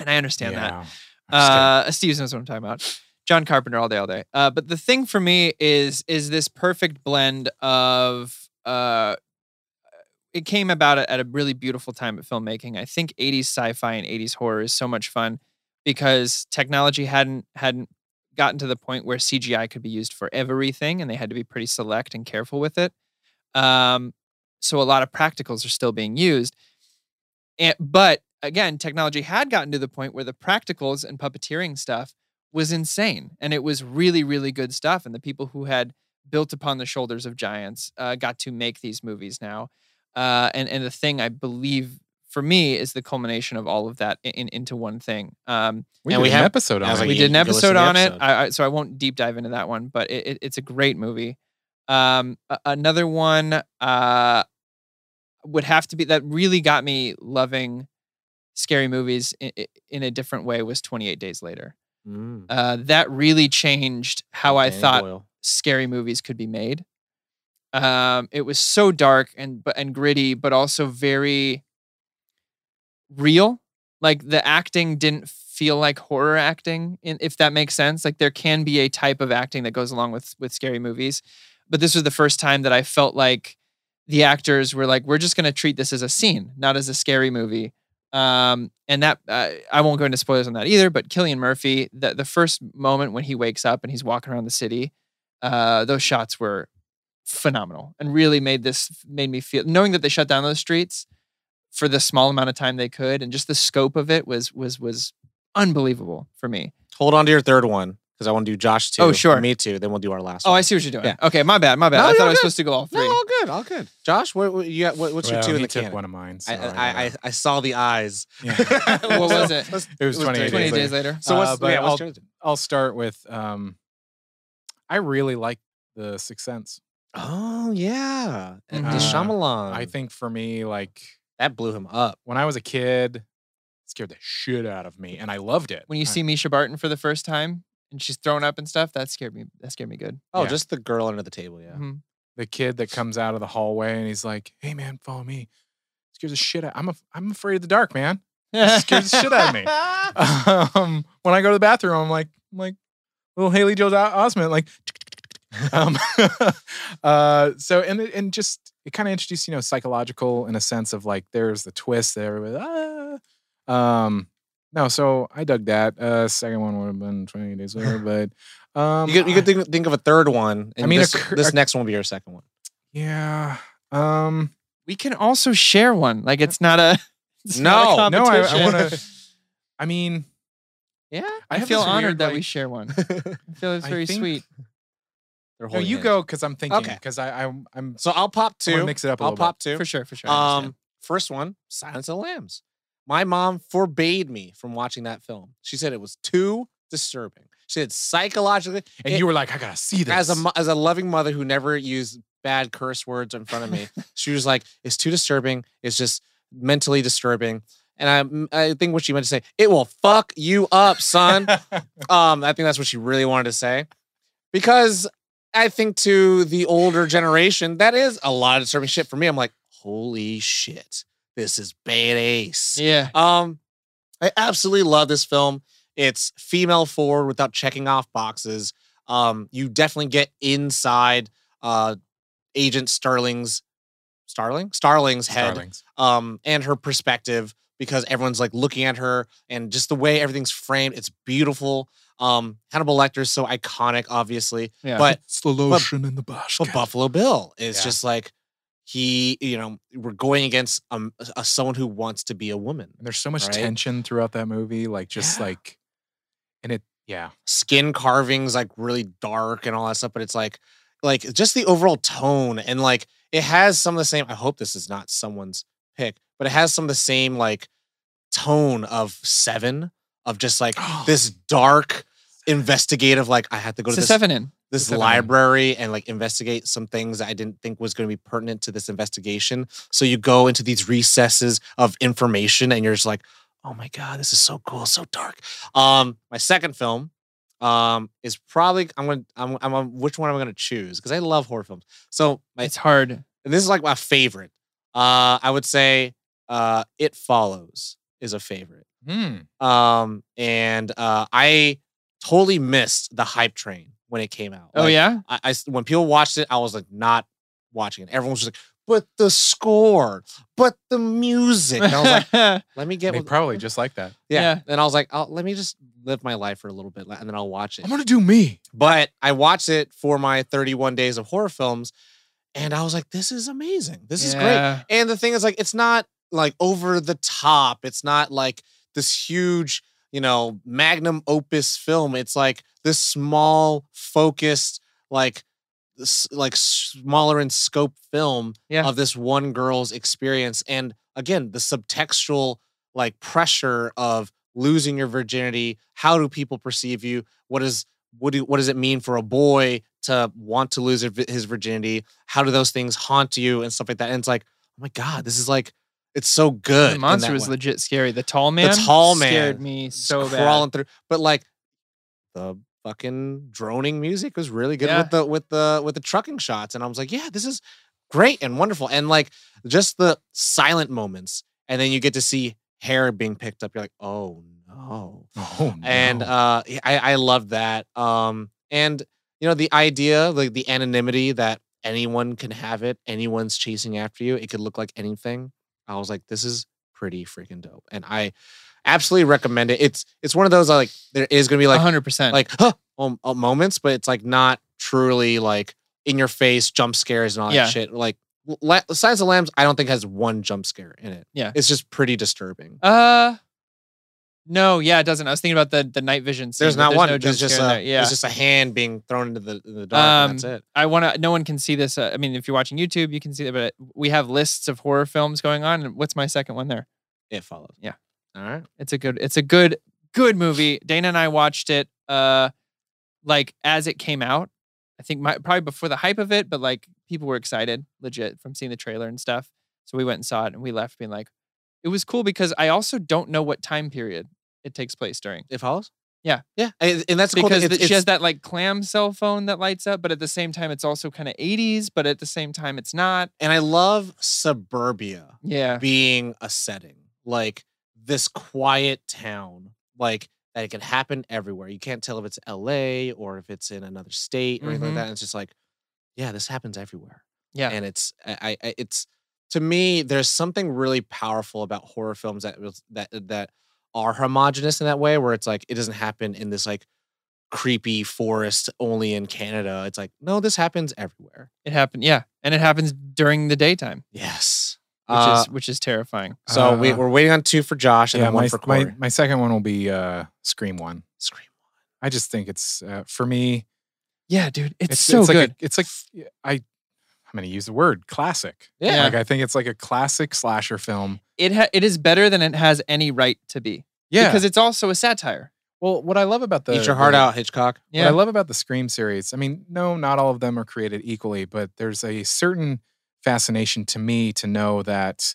S2: And I understand that. Uh, Steve knows what I'm talking about. John Carpenter all day, all day. Uh, but the thing for me is is this perfect blend of uh, it came about at at a really beautiful time at filmmaking. I think 80s sci-fi and 80s horror is so much fun because technology hadn't hadn't gotten to the point where CGI could be used for everything, and they had to be pretty select and careful with it. Um, so a lot of practicals are still being used, and, but again, technology had gotten to the point where the practicals and puppeteering stuff was insane, and it was really, really good stuff. And the people who had built upon the shoulders of giants uh, got to make these movies now. Uh, and and the thing I believe for me is the culmination of all of that in, in- into one thing. Um,
S1: we
S3: and
S1: did
S3: we
S1: an
S3: have-
S1: episode on
S3: I was
S1: it.
S3: like,
S2: we
S3: you-
S2: did an
S3: you can listen
S2: episode
S3: to the
S2: on it,
S3: episode.
S2: I, I, so I won't deep dive into that one, but it, it, it's a great movie. Um, a- another one uh, would have to be that really got me loving scary movies in, in a different way was 28 Days Later.
S3: Mm.
S2: Uh, that really changed how I
S3: Danny
S2: thought
S3: Boyle.
S2: scary movies could be made. Um, it was so dark and but and gritty, but also very real. Like the acting didn't feel like horror acting, in, if that makes sense. Like there can be a type of acting that goes along with with scary movies, but this was the first time that I felt like the actors were like, "We're just going to treat this as a scene, not as a scary movie." Um, and that uh, I won't go into spoilers on that either. But Killian Murphy, the the first moment when he wakes up and he's walking around the city, uh, those shots were phenomenal and really made this made me feel knowing that they shut down those streets for the small amount of time they could and just the scope of it was was was unbelievable for me.
S3: Hold on to your third one because I want to do Josh too.
S2: Oh, sure.
S3: Me too. Then we'll do our last.
S2: Oh,
S3: one.
S2: I see what you're doing. Okay, my bad, my bad.
S3: No,
S2: I thought
S3: you're
S2: I was
S3: good.
S2: supposed to go all three.
S3: No, all good, all good. Josh, what, what you got? What, what's your
S1: Well,
S3: two in
S1: he
S3: the
S1: took
S3: can?
S1: one of mine. so
S3: I, I, I,
S1: yeah.
S3: I saw the eyes.
S1: Yeah.
S2: What was it?
S3: Let's-
S1: It was 28
S2: Twenty
S1: days
S2: days later.
S3: So
S1: Uh,
S3: what's,
S1: but
S3: yeah,
S1: I'll-
S3: what's yours?
S1: I'll start with um, I really like The Sixth Sense.
S3: Oh yeah, and
S2: Mhm.
S3: the
S1: Uh,
S3: Shyamalan.
S1: I think for me, like
S3: that blew him up.
S1: when I was a kid, it scared the shit out of me, and I loved it.
S2: When you
S1: I-
S2: see Misha Barton for the first time and she's throwing up and stuff, that scared me. That scared me good.
S3: Oh,
S1: Yeah.
S3: just the girl under the table. Yeah.
S2: Mhm.
S1: the kid that comes out of the hallway and he's like, "Hey man, follow me." Scares the shit out. I'm a, I'm afraid of the dark, man. Scares the shit out of me. Um, when I go to the bathroom, I'm like, I'm like little Haley Joel Osment, like. um, uh, so and it- and just it kind of introduced you know psychological in a sense of like there's the twist that everybody ah. um no so I dug that uh second one would have been 20 days later but um
S3: You could, you could think, think of a third one, and I
S1: mean,
S3: mean,
S1: a
S3: this,
S1: cur-
S3: this
S1: a-
S3: next one will be your second one.
S1: yeah um
S2: We can also share one. Like it's not a it's not a
S1: No, no, I- I
S2: competition.
S1: wanna- I mean,
S2: Yeah,
S1: I
S2: I,
S1: have
S2: feel
S1: this
S2: honored
S1: weird,
S2: that we
S1: like-
S2: share one. I feel it's
S1: I
S2: very
S1: think-
S2: sweet.
S3: They're
S1: no,
S3: holding
S1: you
S3: hands.
S1: go because I'm thinking
S3: Okay.
S1: because I I'm, I'm
S3: So I'll pop
S1: I wanna
S3: two.
S1: mix it up. i
S3: I'll pop two.
S2: For sure, for sure. I understand.
S3: Um, first one, Silence of the Lambs. My mom forbade me from watching that film. She said it was too disturbing. She said psychologically,
S1: and
S3: it-
S1: you were like, I gotta see this
S3: as a mo- as a loving mother who never used bad curse words in front of me, she was like, "It's too disturbing. It's just mentally disturbing." And I I think what she meant to say, "It will fuck you up, son." um, I think that's what she really wanted to say, because I think to the older generation, that is a lot of disturbing shit. For me, I'm like, "Holy shit, this is badass."
S2: yeah.
S3: Um, I absolutely love this film. It's female forward without checking off boxes. Um, you definitely get inside uh, Agent Starling's Starling Starling's head
S1: Starlings.
S3: um, and her perspective because everyone's like looking at her and just the way everything's framed. It's beautiful. Um, Hannibal Lecter is so iconic, obviously,
S2: Yeah.
S3: but
S1: It's the lotion in the basket.
S3: but Buffalo Bill is
S1: Yeah.
S3: just like he, you know, we're going against um, a, a someone who wants to be a woman.
S1: And there's so much
S3: right?
S1: tension throughout that movie, like just
S3: Yeah.
S1: like, and it yeah
S3: skin carvings like really dark and all that stuff but it's like like just the overall tone and like it has some of the same i hope this is not someone's pick but it has some of the same like tone of seven of just like this dark investigative. Like I had to go to
S2: It's a
S3: this,
S2: seven in.
S3: this
S1: seven.
S3: library and like investigate some things that I didn't think was going to be pertinent to this investigation. So you go into these recesses of information, and you're just like, oh my god, this is so cool, so dark. Um, my second film. Um, is probably I'm gonna I'm, I'm on which one I'm gonna choose because I love horror films. So my
S2: It's hard.
S3: and this is like my favorite. Uh, I would say uh, "It Follows" is a favorite.
S1: Hmm.
S3: Um, and uh, I totally missed the hype train when it came out.
S2: Oh
S3: Like,
S2: yeah.
S3: I, I s- when people watched it, I was like not watching it. Everyone was just like, "But the score, but the music." And I was like, "Let me get
S1: They
S3: with-
S1: probably just like that.
S3: yeah.
S2: yeah.
S3: And I was like, oh, "Let me just live my life for a little bit, and then I'll watch it."
S1: I'm gonna do me.
S3: But I watched it for my 31 days of horror films, and I was like, "This is amazing. This is great."
S2: Yeah.
S3: And the thing is, like, it's not like over the top. It's not like this huge, you know, magnum opus film. It's like this small, focused, like, s- like smaller in scope film
S2: Yeah.
S3: of this one girl's experience. And again, the subtextual like pressure of losing your virginity. How do people perceive you? What is what do what does it mean for a boy to want to lose his his virginity? How do those things haunt you and stuff like that? And it's like, oh my god, this is like it's so good.
S2: The
S3: in
S2: monster
S3: that
S2: was
S3: way.
S2: legit scary. The tall man.
S3: tall man
S2: scared me
S3: Just
S2: so bad.
S3: crawling through, but like the fucking droning music was really good
S2: Yeah.
S3: with the with the with the trucking shots, and I was like, yeah, this is great and wonderful, and like just the silent moments, and then you get to see hair being picked up. You're like, oh no
S1: Oh, no.
S3: and uh yeah, i i love that um and you know the idea like the anonymity that anyone can have it anyone's chasing after you it could look like anything i was like this is pretty freaking dope and i absolutely recommend it it's it's one of those like there is gonna be like
S2: hundred percent.
S3: like huh, um, uh, moments but it's like not truly like in your face jump scares and all
S2: Yeah.
S3: that shit like La- Signs of Lambs, I don't think has one jump scare in it.
S2: Yeah.
S3: it's just pretty disturbing.
S2: Uh, no, yeah, it doesn't. I was thinking about the the night vision. Scene,
S3: There's
S2: but
S3: not one.
S2: No jump
S3: there's just
S2: scare in
S3: a,
S2: there. yeah.
S3: there's just a hand being thrown into the, in the dark.
S2: Um,
S3: and that's it.
S2: I want to. No one can see this. Uh, I mean, if you're watching YouTube, you can see that. But we have lists of horror films going on. And what's my second one there?
S3: It follows.
S2: Yeah.
S3: All right.
S2: It's a good. It's a good good movie. Dana and I watched it. Uh, like as it came out, I think my, probably before the hype of it, but like people were excited, legit, from seeing the trailer and stuff. So we went and saw it, and we left being like, it was cool because I also don't know what time period it takes place during.
S3: It follows.
S2: Yeah.
S3: Yeah. And, and that's
S2: because
S3: cool.
S2: the, she has that like clam cell phone that lights up, but at the same time, it's also kind of 80s, but at the same time, it's not.
S3: and I love suburbia
S2: Yeah.
S3: being a setting like this quiet town, like that it could happen everywhere. You can't tell if it's L.A. or if it's in another state or anything
S2: Mhm.
S3: like that. It's just like, yeah, this happens everywhere.
S2: Yeah.
S3: and it's I, I I- it's to me there's something really powerful about horror films that was- that that are homogenous in that way where it's like it doesn't happen in this like creepy forest only in Canada it's like no this happens everywhere
S2: It happened. Yeah. And it happens during the daytime,
S3: yes
S2: which
S3: Uh,
S2: is which is terrifying.
S3: so we,
S1: Uh,
S3: we're waiting on two for Josh and
S1: yeah,
S3: then one
S1: my,
S3: for Corey
S1: my my second one will be uh, Scream One.
S3: scream
S1: I just think it's uh, for me.
S2: Yeah, dude. It's, so good.
S1: Like a, it's like I I'm gonna use the word classic.
S2: Yeah.
S1: Like I think it's like a classic slasher film.
S2: it ha- it is better than it has any right to be.
S1: Yeah.
S2: Because it's also a satire.
S1: well, what I love about the
S3: eat your heart
S1: the-
S3: out Hitchcock
S1: What
S2: Yeah.
S1: I love about the Scream series, I mean, no, not all of them are created equally, but there's a certain fascination to me to know that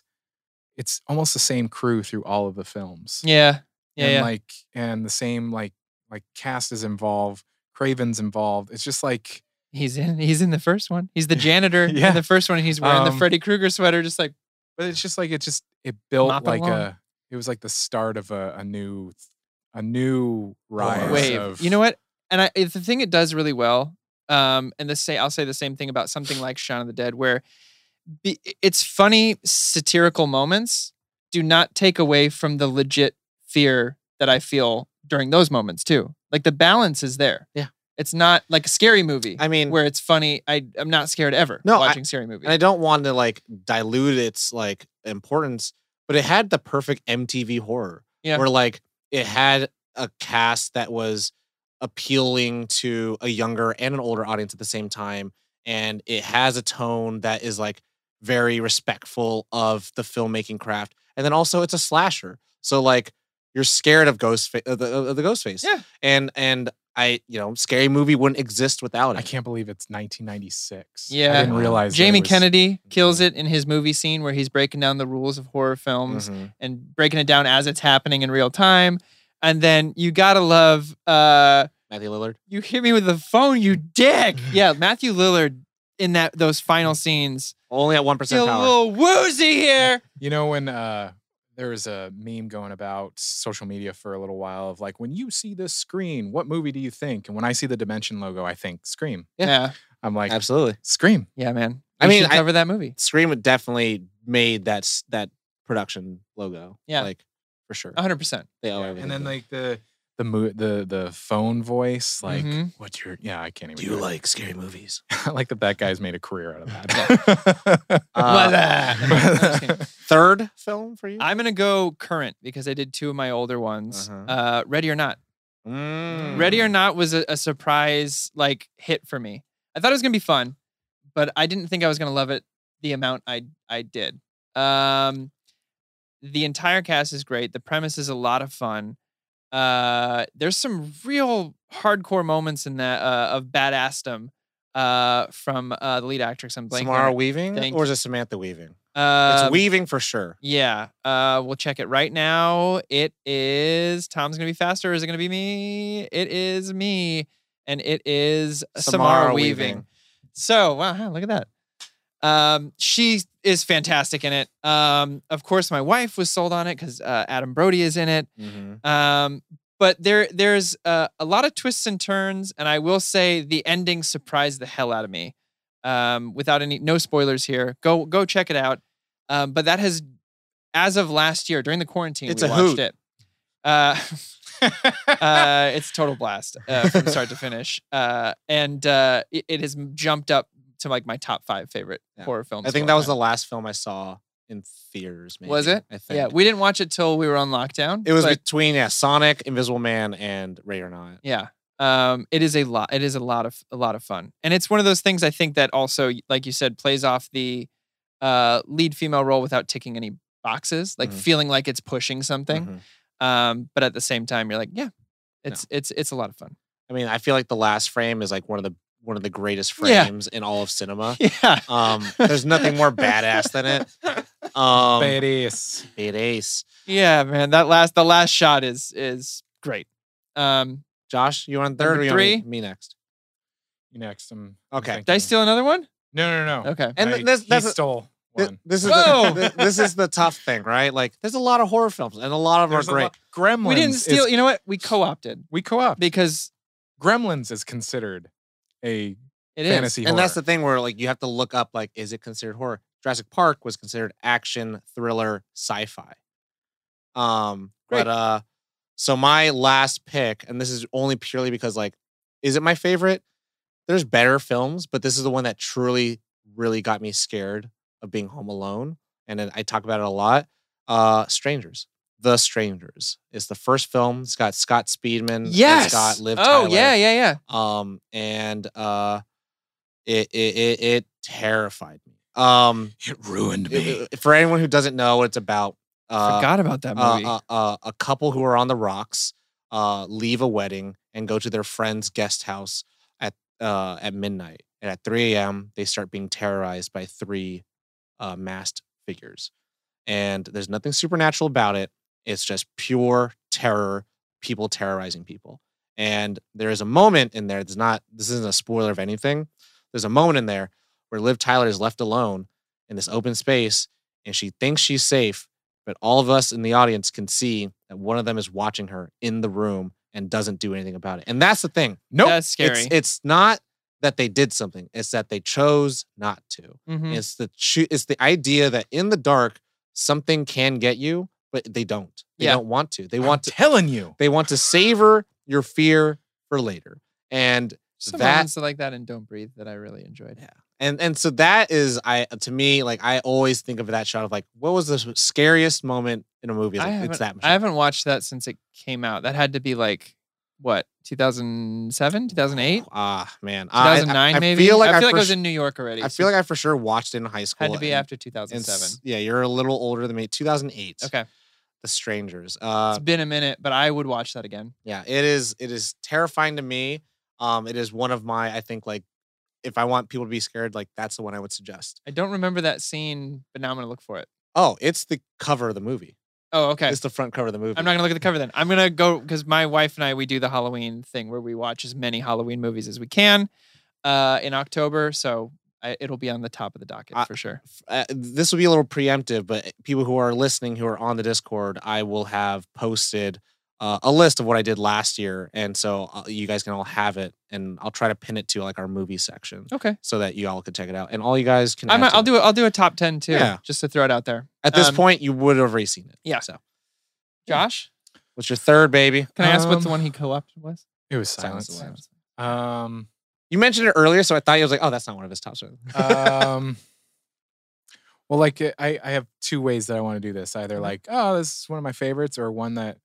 S1: it's almost the same crew through all of the films.
S2: yeah. Yeah.
S1: and
S2: yeah.
S1: like and the same like like cast is involved, Craven's involved. It's just like
S2: he's in he's in the first one. He's the janitor
S1: Yeah.
S2: in the first one. and He's wearing
S1: Um,
S2: the Freddy Krueger sweater, just like
S1: but it's just like it just it built
S2: Mop 'em
S1: like
S2: along.
S1: a it was like the start of a, a new a new rise
S2: wave.
S1: of
S2: You know what? And I, it's the thing it does really well, um, and the say I'll say the same thing about something like Shaun of the Dead, where be, it's funny satirical moments do not take away from the legit fear that I feel during those moments too. Like the balance is there.
S3: Yeah.
S2: it's not like a scary movie.
S3: I mean
S2: where it's funny. I I'm not scared ever
S3: No, I-
S2: watching scary movies.
S3: and I don't want to like dilute its like importance, but it had the perfect MTV horror.
S2: Yeah.
S3: Where like it had a cast that was appealing to a younger and an older audience at the same time. And it has a tone that is like very respectful of the filmmaking craft. And then also it's a slasher. So like you're scared of ghost fa- of the, of the ghost face.
S2: Yeah.
S3: And and I, you know, scary movie wouldn't exist without it.
S1: I can't believe it's 1996. I
S2: Yeah.
S1: didn't realize. there
S2: Jamie
S1: was-
S2: Kennedy kills
S3: Mm-hmm.
S2: it in his movie scene where he's breaking down the rules of horror films
S3: Mhm.
S2: and breaking it down as it's happening in real time. And then you gotta love uh
S3: Matthew Lillard.
S2: you hit me with the phone, you dick. Yeah, Matthew Lillard in that those final
S3: Mm-hmm.
S2: scenes.
S3: Only at one
S2: Feel
S3: percent
S2: a
S3: power.
S2: little woozy here.
S1: You know when uh, there was a meme going about social media for a little while of like, when you see this screen, what movie do you think? And when I see the Dimension logo, I think Scream.
S2: Yeah. yeah.
S1: I'm like,
S3: Absolutely.
S1: Scream.
S2: man.
S3: I
S2: We
S3: mean,
S2: should
S3: I-
S2: cover that movie.
S3: Scream would definitely made that s- that production logo.
S2: Yeah. Uh,
S3: Like for sure.
S2: 100%.
S3: They owe
S1: Yeah, And
S3: everything
S1: then
S3: to it.
S1: like the the mo- the the phone voice, like
S2: Mhm.
S1: what's your yeah? I can't even.
S3: do you
S1: it.
S3: like scary movies?
S1: I like that that guy's made a career out of that.
S2: What's that? I'm just kidding.
S3: Uh, third film for you?
S2: I'm gonna go current because I did two of my older ones.
S3: Uh-huh.
S2: Uh, Ready or Not.
S3: Mm.
S2: Ready or Not was a, a surprise like hit for me. I thought it was gonna be fun, but I didn't think I was gonna love it the amount I I did. Um, the entire cast is great. The premise is a lot of fun. Uh, there's some real hardcore moments in that uh, of badassdom uh, from uh, the lead actress. I'm blanking.
S3: Samara Weaving
S2: Thank
S3: or is it Samantha Weaving?
S2: Uh,
S3: it's Weaving for sure.
S2: Yeah. Uh, we'll check it right now. It is Tom's gonna be faster. Is it gonna be me? It is me, and it is Samara, Weaving. So wow, huh, look at that. Um, she is fantastic in it. Um, of course, my wife was sold on it because uh, Adam Brody is in it.
S3: Mhm.
S2: Um, but there, there's uh, a lot of twists and turns, and I will say the ending surprised the hell out of me. Um, without any, no spoilers here. Go, go check it out. Um, but that has, as of last year during the quarantine,
S3: It's
S2: we
S3: a
S2: watched
S3: hoot.
S2: it. Uh, uh, it's total blast uh, from start to finish, uh, and uh, it, it has jumped up to like my top five favorite
S3: Yeah.
S2: horror films.
S3: I
S2: of
S3: think
S2: all
S3: that was
S2: time.
S3: the last film I saw in theaters. Maybe,
S2: Was it?
S3: I think.
S2: yeah. We didn't watch it till we were on lockdown.
S3: it was
S2: but-
S3: between yeah, Sonic, Invisible Man, and Ray or Not.
S2: Yeah. Um, it is a lot. It is a lot of a lot of fun, and it's one of those things I think that also, y- like you said, plays off the uh, lead female role without ticking any boxes, like
S3: Mhm.
S2: feeling like it's pushing something.
S3: Mhm.
S2: Um, but at the same time, you're like, yeah, it's it's it's a lot of fun.
S3: I mean, I feel like the last frame is like one of the one of the greatest
S2: Yeah.
S3: frames in all of cinema.
S2: Yeah,
S3: Um, there's nothing more badass than it. Um,
S1: it is.
S3: it is.
S2: yeah, man. That last the last shot is is great. Um,
S3: Josh, you want third
S2: Number
S3: or you want me-
S2: three?
S3: me next?
S1: You next. I'm
S3: Okay.
S1: I'm
S2: did I
S1: thinking.
S2: steal another one?
S1: No, no, no.
S2: Okay.
S3: Oh, And
S1: No,
S3: th-
S1: he-
S3: that's-
S1: he
S3: that's a-
S1: stole
S3: Th-
S1: one.
S3: This is
S2: Whoa!
S3: the, th- this is the tough thing, right? Like, there's a lot of horror films, and a lot of them
S1: There's
S3: are
S1: a
S3: great.
S1: lot- Gremlins.
S2: We didn't
S1: is-
S2: steal. You know what? We co-opted
S1: we co-op.
S2: because
S1: Gremlins is considered a
S2: it is.
S1: fantasy horror.
S3: and that's the thing where like you have to look up like, is it considered horror? Jurassic Park was considered action, thriller, sci-fi. Um,
S2: Great.
S3: but uh, so my last pick, and this is only purely because like, is it my favorite? There's better films, but this is the one that truly, really got me scared of being home alone, and then I talk about it a lot. Uh, Strangers. The Strangers is the first film. It's got Scott Speedman. and
S2: Yes.
S3: Scott Liv
S2: oh
S3: Tyler
S2: yeah, yeah, yeah.
S3: um and uh it it it, it terrified me um
S1: it ruined
S3: it- it- for anyone who doesn't know what it's about uh,
S2: Forgot about that
S3: uh,
S2: movie.
S3: uh, uh, a couple who are on the rocks uh leave a wedding and go to their friend's guest house at uh at midnight and at 3 a.m they start being terrorized by three uh masked figures and there's nothing supernatural about it it's just pure terror people terrorizing people and there is a moment in there that's not this isn't a spoiler of anything there's a moment in there where liv tyler is left alone in this open space and she thinks she's safe but all of us in the audience can see that one of them is watching her in the room and doesn't do anything about it and that's the thing
S1: Nope.
S2: That's scary.
S3: it's, it's not that they did something it's that they chose not to
S2: Mhm.
S3: it's the choo- it's the idea that in the dark something can get you, but they don't. They
S2: Yeah.
S3: don't want to. They
S1: I'm
S3: want to.
S1: telling you.
S3: They want to savor your fear for later. And
S2: Some
S3: that-
S2: moments like that in Don't Breathe that I really enjoyed.
S3: Yeah. and and so that is I to me like I always think of that shot of like what was the s- scariest moment in a movie?
S2: I,
S3: Like,
S2: haven't,
S3: it's that.
S2: I haven't watched that since it came out. That had to be like what 2007, 2008,
S3: Ah man, I- I-
S2: 2009
S3: I,
S2: maybe.
S3: Feel like
S2: I feel like
S3: for
S2: I was
S3: su-
S2: in New York already.
S3: I
S2: so
S3: feel like I for sure watched it in high
S2: it
S3: school.
S2: had to be
S3: and-
S2: after
S3: and s-
S2: 2007.
S3: Yeah, you're a little older than me. 2008.
S2: Okay.
S3: The Strangers. Uh,
S2: it's been a minute, but I would watch that again.
S3: yeah, it is. It is terrifying to me. Um, it is one of my. I think like, if I want people to be scared, like that's the one I would suggest.
S2: I don't remember that scene, but now I'm gonna look for it.
S3: Oh, it's the cover of the movie.
S2: Oh, okay.
S3: It's the front cover of the movie.
S2: I'm not gonna look at the cover then. I'm gonna go because my wife and I we do the Halloween thing where we watch as many Halloween movies as we can uh, in October. So I, it'll be on the top of the docket
S3: I-
S2: for sure.
S3: uh, this will be a little preemptive, but people who are listening who are on the Discord, I will have posted uh, a list of what I did last year, and so uh, you guys can all have it, and I'll try to pin it to like our movie section
S2: Okay,
S3: so that you all can check it out, and all you guys can.
S2: I
S3: have
S2: might,
S3: to-
S2: I'll do it. I'll do a top ten too,
S3: Yeah.
S2: just to throw it out there.
S3: At this
S2: um,
S3: point, you would have already seen it.
S2: Yeah.
S3: So,
S2: Josh,
S3: what's your third baby?
S2: can I ask what the
S1: Um,
S2: one he co-opted was?
S1: It was
S3: Silence
S1: silence.
S3: of the Lambs.
S1: Um,
S3: You mentioned it earlier, so I thought you was like, oh, that's not one of his top seven.
S1: um, well, like uh, I, I have two ways that I want to do this.
S2: Mm-hmm.
S1: Either like, oh, this is one of my favorites, or one that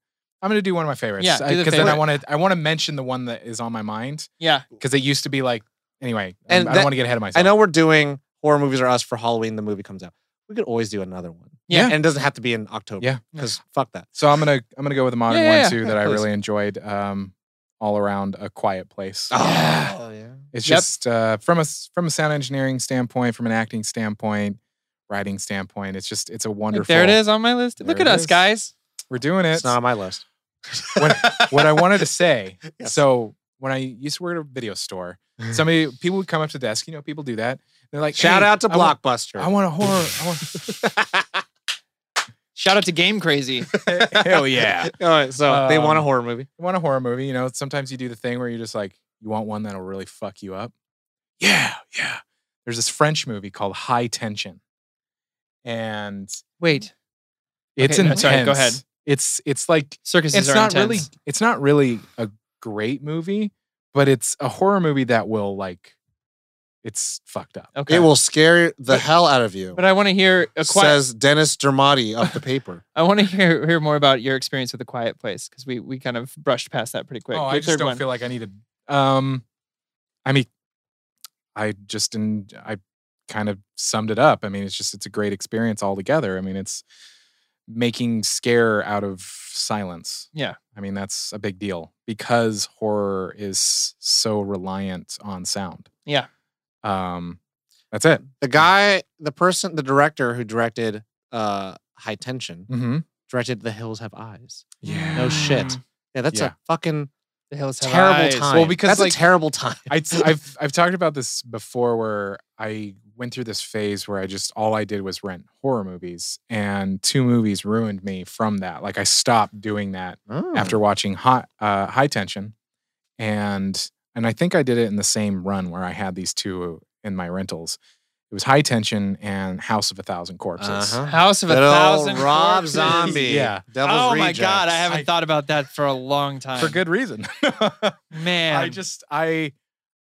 S1: I'm going to do one of my favorites.
S2: Yeah, do the
S1: because then I
S2: favorite.
S1: want to I want to mention the one that is on my mind
S2: Yeah,
S1: because it used to be like anyway.
S3: And
S1: And I
S3: that-
S1: don't want to get ahead of myself.
S3: I know we're doing horror movies are us for Halloween. The movie comes out. We could always do another one.
S2: Yeah.
S3: and it doesn't have to be in October.
S1: Yeah.
S3: because fuck that.
S1: So I'm gonna I'm gonna go with a modern
S2: Yeah, yeah, yeah.
S1: one too that
S3: Yeah,
S1: I
S3: please.
S1: really enjoyed. Um, all around a quiet place.
S2: Yeah.
S3: Oh yeah.
S1: It's
S2: Ah, Yep.
S1: just uh, from a s- from a sound engineering standpoint, from an acting standpoint, writing standpoint. It's just it's a
S2: Like,
S1: wonderful.
S2: there it is on my list. Look
S1: There
S2: at
S1: it
S2: us
S1: is.
S2: guys.
S1: We're doing it.
S3: It's not on my list.
S1: When- what I wanted to say.
S3: Yes. Mm.
S1: So when I used to work at a video store,
S3: Mm-hmm.
S1: somebody people would come up to the desk. You know, people do that. They're like,
S3: Shout
S1: "Hey,
S3: out to
S1: I want-
S3: Blockbuster.
S1: I want a horror. I want
S2: Shout out to Game Crazy.
S1: hell yeah.
S3: All right, so they want a
S1: Um,
S3: horror movie.
S1: I want a horror movie. You know, sometimes you do the thing where you're just like, you want one that'll really fuck you up. Yeah, yeah. There's this French movie called High Tension, and
S2: Wait,
S1: it's
S2: Okay, no,
S1: intense.
S2: sorry, go ahead.
S1: It's it's like
S2: circuses
S1: it's
S2: are
S1: not
S2: intense.
S1: really it's not really a great movie, but it's a horror movie that will like it's fucked up.
S2: okay.
S3: scare the
S2: But-
S3: hell out of you.
S2: but I want to hear a quiet.
S3: Dennis Dermody of the paper.
S2: I want to hear hear more about your experience with a quiet place because we we kind of brushed past that pretty quick.
S1: Oh, I
S2: Your
S1: just
S2: third
S1: don't
S2: one.
S1: feel like I need to. Um, I mean, I just and I kind of summed it up. I mean, it's just it's a great experience altogether. I mean, it's making scare out of silence.
S2: Yeah.
S1: I mean that's a big deal because horror is so reliant on sound.
S2: Yeah.
S1: Um, that's it.
S3: The guy, the person, the director who directed uh, High Tension
S1: Mm-hmm.
S3: directed The Hills Have Eyes.
S1: Yeah.
S3: No shit.
S2: Mm.
S3: Yeah, that's
S1: Yeah.
S3: a fucking
S2: The hills have
S3: terrible
S2: eyes.
S3: time.
S1: Well, because,
S3: that's
S1: like-
S3: a terrible time.
S1: I, have I've talked about this before, where I went through this phase where I just all I did was rent horror movies, and two movies ruined me from that. Like I stopped doing that
S3: Oh.
S1: after watching High uh, High Tension, and and I think I did it in the same run where I had these two in my rentals. It was High Tension and House of a Thousand Corpses.
S3: Uh-huh.
S2: House of a
S3: Good old
S2: thousand
S3: Rob
S2: corpses.
S3: Zombie.
S1: Yeah.
S3: Devil's
S2: Oh my
S3: Rejects.
S2: god, I haven't
S1: I-
S2: thought about that for a long time.
S1: For good reason.
S2: man.
S1: I just I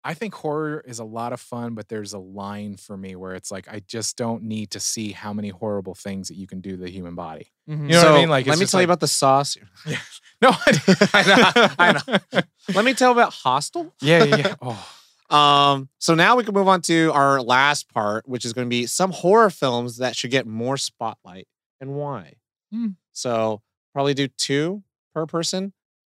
S1: I think horror is a lot of fun, but there's a line for me where it's like I just don't need to see how many horrible things that you can do to the human body.
S2: Mhm.
S1: You know
S3: so,
S1: what I mean? Like, it's
S3: let me
S1: just
S3: tell you
S1: like-
S3: about the sauce.
S1: No, I,
S3: I know, Let me tell you about Hostel.
S1: Yeah, yeah. yeah. Oh,
S3: Um, so now we can move on to our last part, which is going to be some horror films that should get more spotlight and why.
S1: Hmm.
S3: So probably do two per person.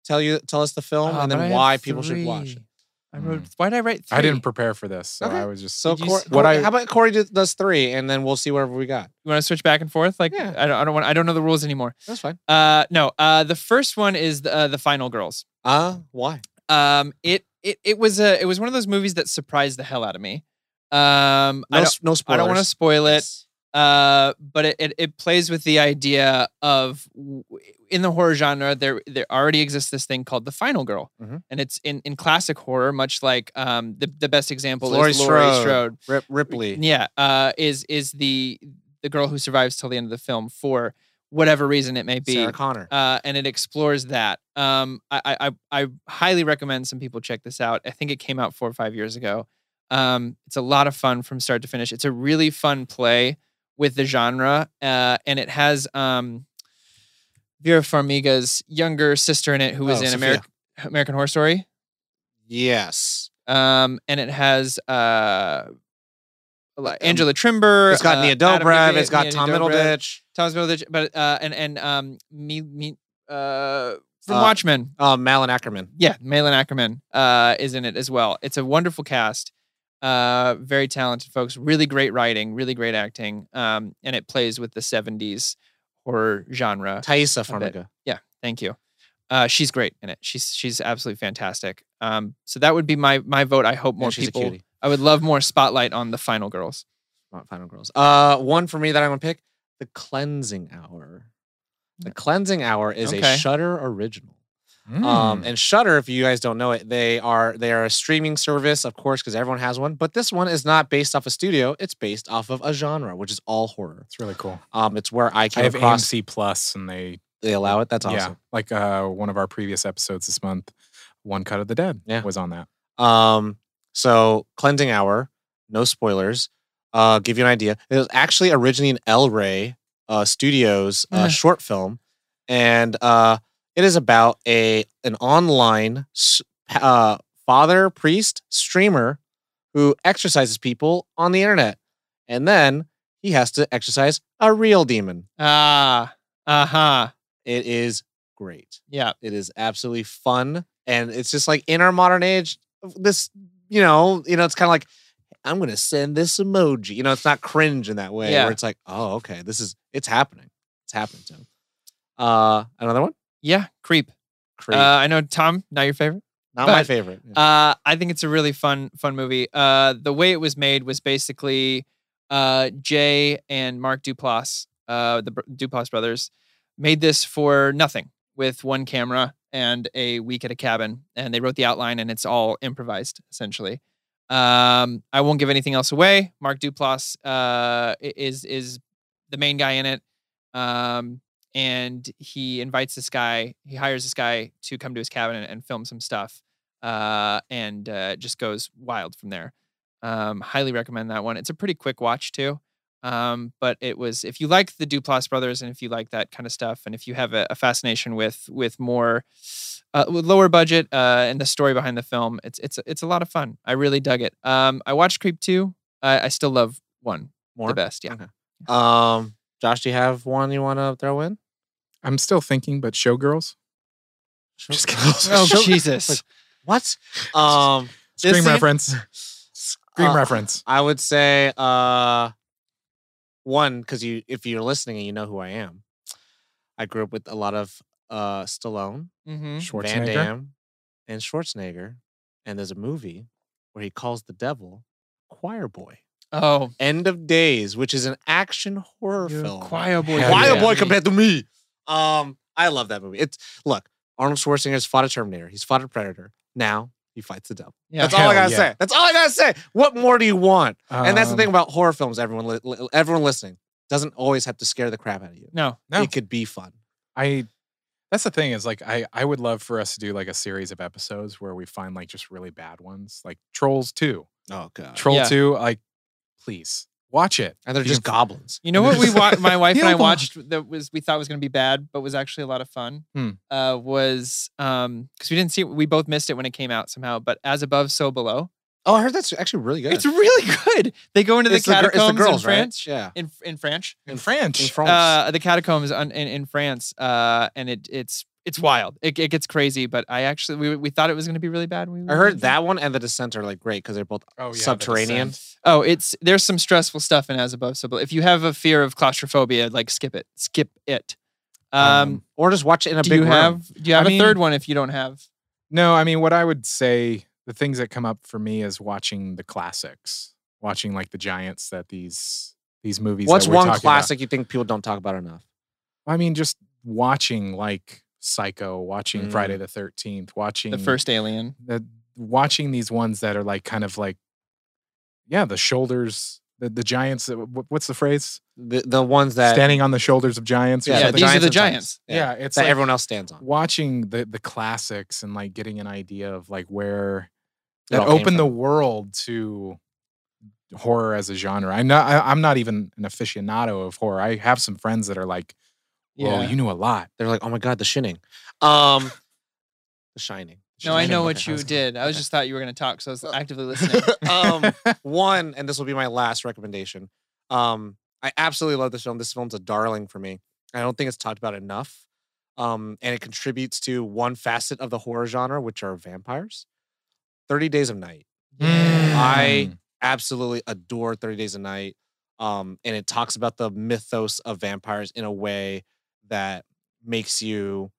S3: Tell you, tell us the film
S2: Ah,
S3: and
S2: but I
S3: then
S2: had
S3: why people should watch it. Hmm.
S2: three. I wrote. Why did I write? Three?
S1: I didn't prepare for this, so
S3: Okay.
S1: I was just
S3: So
S2: Did you
S3: Cor-
S2: s-
S1: what
S3: Cor-
S1: I-
S3: how about Corey do- does three, and then we'll see wherever we got.
S2: You want to switch back and forth? Like
S3: Yeah.
S2: I don't. I don't want. I don't know the rules anymore.
S3: That's fine.
S2: Uh, no. Uh, the first one is the, uh, the final girls.
S3: Uh why?
S2: Um, it it it was a it was one of those movies that surprised the hell out of me. Um, I
S3: No,
S2: don't,
S3: s- no
S2: I
S3: spoilers.
S2: don't want to spoil it. Uh, but it, it, it plays with the idea of w- in the horror genre there there already exists this thing called the final girl
S3: Mhm.
S2: and it's in, in classic horror much like um the, the best example
S3: Laurie
S2: is Laurie
S3: Strode.
S2: Strode
S3: Rip, Ripley.
S2: yeah uh is is the the girl who survives till the end of the film for whatever reason it may be
S3: Sarah Connor.
S2: uh, and it explores that. Um, I, I I I highly recommend some people check this out. I think it came out four or five years ago. Um, it's a lot of fun from start to finish. It's a really fun play with the genre, uh, and it has um, Vera Farmiga's younger sister in it, who was
S3: Oh,
S2: in
S3: Sophia.
S2: American American Horror Story,
S3: yes.
S2: um, and it has uh, Eli- Angela Trimber.
S3: Uh, It's got
S2: uh,
S3: Nia
S2: Adam
S3: Dobrev.
S2: Levy-
S3: It's got
S2: Nia
S3: Tom
S2: Dobrev,
S3: Middleditch.
S2: Thomas Middleditch, but uh, and and um, me me uh from
S3: Uh,
S2: Watchmen.
S3: Uh, Malin Ackerman.
S2: Yeah, Malin Ackerman uh, is in it as well. It's a wonderful cast. Uh, very talented folks. Really great writing. Really great acting. Um, and it plays with the '70s horror genre.
S3: Thaisa
S2: I bet.
S3: Farmiga.
S2: Thank you. Uh, she's great in it. She's she's absolutely fantastic. Um, so that would be my my vote. I hope
S3: And
S2: more
S3: she's a
S2: people.
S3: cutie.
S2: I would love more spotlight on the final girls.
S3: Not Final Girls. Uh, one for me that I'm gonna pick: The Cleansing Hour.
S1: Mm.
S3: The Cleansing Hour is
S2: Okay.
S3: a Shutter original.
S1: Um,
S3: Um, and Shutter, if you guys don't know it, they are they are a streaming service, of course, because everyone has one. But this one is not based off a studio; it's based off of a genre, which is all horror.
S1: it's really cool.
S3: Um, it's where I
S1: I
S3: came
S1: have
S3: across.
S1: AMC Plus, and they
S3: They allow it. That's awesome.
S1: yeah, like uh, one of our previous episodes this month, One Cut of the Dead
S3: Yeah.
S1: was on that.
S3: Um, so cleansing hour, no spoilers. Uh, give you an idea. It was actually originally an El Rey uh, Studios uh,
S2: Uh.
S1: Mm.
S3: short film, and uh, it is about a an online s- uh, father priest streamer who exercises people on the internet, and then he has to exercise a real demon.
S2: Ah, uh huh.
S3: It is great.
S2: Yeah.
S3: It is absolutely fun, and it's just like in our modern age, this you know, you know, it's kind of like I'm gonna send this emoji. You know, it's not cringe in that way.
S2: Yeah.
S3: Where it's like, oh, okay, this is it's happening. It's happening to him. Uh, another one.
S2: Yeah. Creep.
S3: Creep.
S2: Uh, I know Tom, not your favorite.
S3: not my
S2: but,
S3: favorite.
S2: Uh, I think it's a really fun, fun movie. Uh, the way it was made was basically uh, Jay and Mark Duplass, uh, the br- Duplass brothers, made this for nothing with one camera and a week at a cabin, and they wrote the outline, and it's all improvised essentially. Um, I won't give anything else away. Mark Duplass uh, i- is is the main guy in it. Um, and he invites this guy, he hires this guy to come to his cabin and, and film some stuff uh, and uh, just goes wild from there. Um, highly recommend that one. It's a pretty quick watch too. Um, but it was if you like the Duplass brothers and if you like that kind of stuff, and if you have a, a fascination with with more uh, with lower budget uh, and the story behind the film, it's it's it's a lot of fun. I really dug it. Um, I watched Creep two. I, I still love one
S3: More.
S2: the best. Yeah,
S3: Okay. Um, Josh, do you have one you want to throw in?
S1: I'm still thinking, but Showgirls, Just kidding.
S2: Oh,
S3: Show-
S2: Jesus.
S3: Like, what? Um,
S1: Scream
S3: This thing-
S1: reference, Scream
S3: uh,
S1: reference.
S3: I would say uh one because you if you're listening and you know who I am. I grew up with a lot of uh Stallone,
S2: mm-hmm.
S3: Van
S1: Schwarzenegger.
S3: Damme, and Schwarzenegger, and there's a movie where he calls the devil choir boy.
S2: Oh,
S3: End of Days, which is an action horror
S2: you're a
S3: film.
S2: Choir boy.
S1: Hell
S3: Choir
S1: yeah.
S3: boy compared to me. Um, I love that movie. It's look, Arnold Schwarzenegger's fought a Terminator. He's fought a Predator. Now he fights the devil.
S2: Yeah.
S3: That's all I
S1: Hell
S3: gotta
S1: yeah.
S3: say. That's all I gotta say. What more do you want? and that's the
S1: Um,
S3: thing about horror films. Everyone, li- li- everyone listening doesn't always have to scare the crap out of you.
S2: No.
S1: No.
S3: It could be fun.
S1: I that's the thing is like I I would love for us to do like a series of episodes where we find like just really bad ones, like Trolls Two,
S3: Oh god,
S1: Troll
S2: Yeah.
S1: Two. Like, please watch it.
S3: and they're
S1: You
S3: just
S1: can-
S3: goblins.
S2: You know what we wa- my wife and I
S1: Yoga.
S2: watched that was we thought was going to be bad, but was actually a lot of fun.
S1: Hmm.
S2: Uh, was um because we didn't see it, we both missed it when it came out somehow. But as above, so below,
S3: Oh, I heard that's actually really good.
S2: it's really good. They go into the
S3: It's gir- it's
S2: catacombs in
S3: right?
S2: France.
S3: Yeah,
S2: In in French,
S1: in French.
S3: in France.
S2: uh, the catacombs on, in in France, uh, and it it's it's wild. It, it gets crazy. But I actually we we thought it was going to be really bad. We
S3: I heard that one and the Descent are like great because they're both
S1: oh, The
S3: subterranean.
S1: Descent.
S2: Oh, it's there's some stressful stuff in As Above, So Below. If you have a fear of claustrophobia, like skip it, skip it. um
S1: Um,
S3: or just watch it in a
S2: do
S3: big
S2: you
S3: room.
S2: have do you
S1: I
S2: have a
S1: mean-
S2: third one if you don't have
S1: No, I mean what I would say the things that come up for me is watching the classics, watching like the giants that these these movies. that
S3: What's
S1: we're
S3: one
S1: talking about-
S3: classic you think people don't talk about enough?
S1: I mean, just watching like Psycho, watching
S3: Mm.
S1: Friday the Thirteenth, watching
S2: the first alien
S1: the watching these ones that are like kind of like yeah the shoulders the, the giants that- wh- what's the phrase
S3: The the ones that
S1: standing on the shoulders of giants or
S2: Yeah,
S1: something
S2: these are the
S3: and
S2: giants.
S3: titans. Yeah,
S1: yeah it's
S3: that
S1: like
S3: everyone else stands on.
S1: watching the the classics and like getting an idea of like where
S3: It
S1: that
S3: all came
S1: opened the
S3: from.
S1: world to horror as a genre i'm not I, i'm not even an aficionado of horror i have some friends that are like whoa
S2: Yeah.
S1: you knew a lot
S3: They're like, oh my god, the shinning. Um, the The Shining.
S2: No, I know what
S3: Okay,
S2: you
S3: was-
S2: did. I was just thought you were going to talk because I was actively listening.
S3: um, one, and this will be my last recommendation. Um, I absolutely love this film. This film's a darling for me. I don't think it's talked about enough. Um, and it contributes to one facet of the horror genre, which are vampires. 30 Days of Night.
S2: Mm.
S3: I- Absolutely adore 30 Days of Night. Um, and it talks about the mythos of vampires in a way that makes you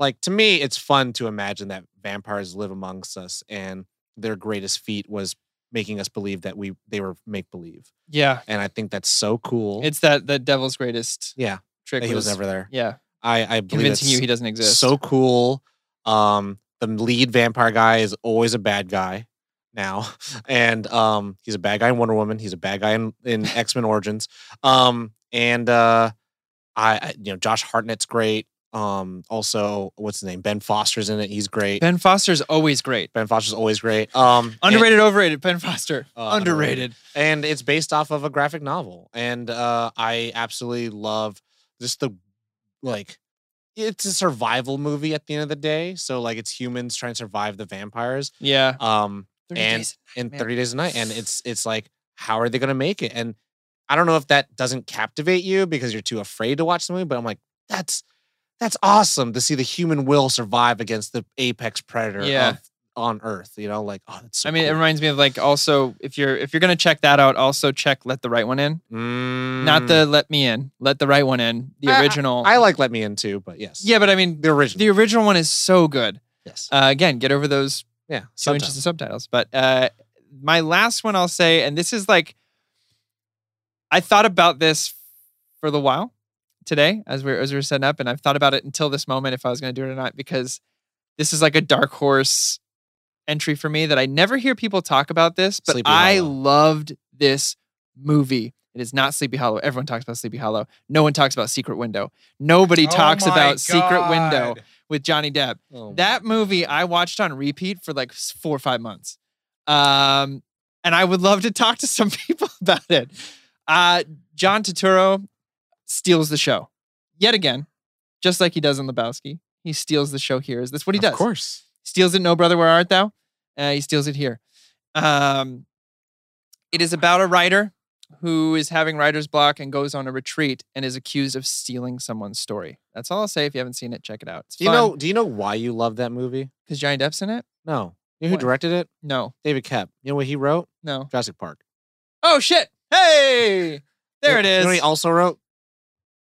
S3: like to me, it's fun to imagine that vampires live amongst us and their greatest feat was making us believe that we they were make believe.
S2: yeah,
S3: and I think that's so cool.
S2: it's that the devil's greatest
S3: yeah,
S2: trick.
S3: that he was never there.
S2: Yeah,
S3: I I believe
S2: convincing you
S3: it's
S2: he doesn't exist.
S3: so cool. Um, the lead vampire guy is always a bad guy now, and um, he's a bad guy in Wonder Woman. He's a bad guy in, in X Men Origins. Um, and uh, I, I you know Josh Hartnett's great. Um, also what's his name? Ben Foster's in it. He's great. Ben,
S2: Ben Foster's always great.
S3: Foster's always great. Um, and-
S2: Underrated, overrated. Ben Foster,
S3: Uh,
S2: underrated.
S3: and it's based off of a graphic novel and uh i absolutely love just the like it's a survival movie at the end of the day so like it's humans trying to survive the vampires
S2: Yeah,
S3: um
S2: 30
S3: and
S2: days.
S3: in
S2: man.
S3: 30 days a night and it's it's like how are they gonna make it and i don't know if that doesn't captivate you because you're too afraid to watch the movie but i'm like that's that's awesome to see the human will survive against the apex predator
S2: Yeah.
S3: of- on earth you know like oh that's so
S2: I mean, it
S3: cool.
S2: reminds me of like also if you're if you're gonna check that out, also check Let the Right One In, not
S3: Mm.
S2: the Let Me In, Let the Right One In,
S3: I-
S2: the original.
S3: I like Let Me In too, but yes.
S2: yeah, but I mean,
S3: The original.
S2: the original one is so good.
S3: yes.
S2: Uh, again, get over those
S3: yeah.
S2: so
S3: sometimes.
S2: inches of subtitles. But uh, my last one I'll say, and this is like, I thought about this for the while today as we, as we were setting up, and I've thought about it until this moment if I was going to do it or not, because this is like a dark horse entry for me that I never hear people talk about this, but
S3: Sleepy
S2: I
S3: Hollow.
S2: loved this movie. It is not Sleepy Hollow. Everyone talks about Sleepy Hollow. No one talks about Secret Window. Nobody talks about Secret Window with Johnny Depp.
S3: Oh my
S2: That movie I watched on repeat for like s- four or five months. Um, and I would love to talk to some people about it. Uh, John Turturro steals the show yet again, just like he does in Lebowski. He steals the show here. Is this what he does?
S1: Of course.
S2: steals it. No brother, where art thou? Uh, he steals it here. Um, it is about a writer who is having writer's block and goes on a retreat and is accused of stealing someone's story. That's all I'll say. If you haven't seen it, check it out. It's
S3: Do you
S2: fun.
S3: know do you know why you love that movie?
S2: Because Johnny Depp's in it?
S3: No. You know who
S2: What?
S3: directed it?
S2: No,
S3: David Kep. You know what he wrote?
S2: no.
S3: Jurassic Park.
S2: Oh shit! Hey, there it
S3: You know- You know what
S2: is.
S3: he also wrote?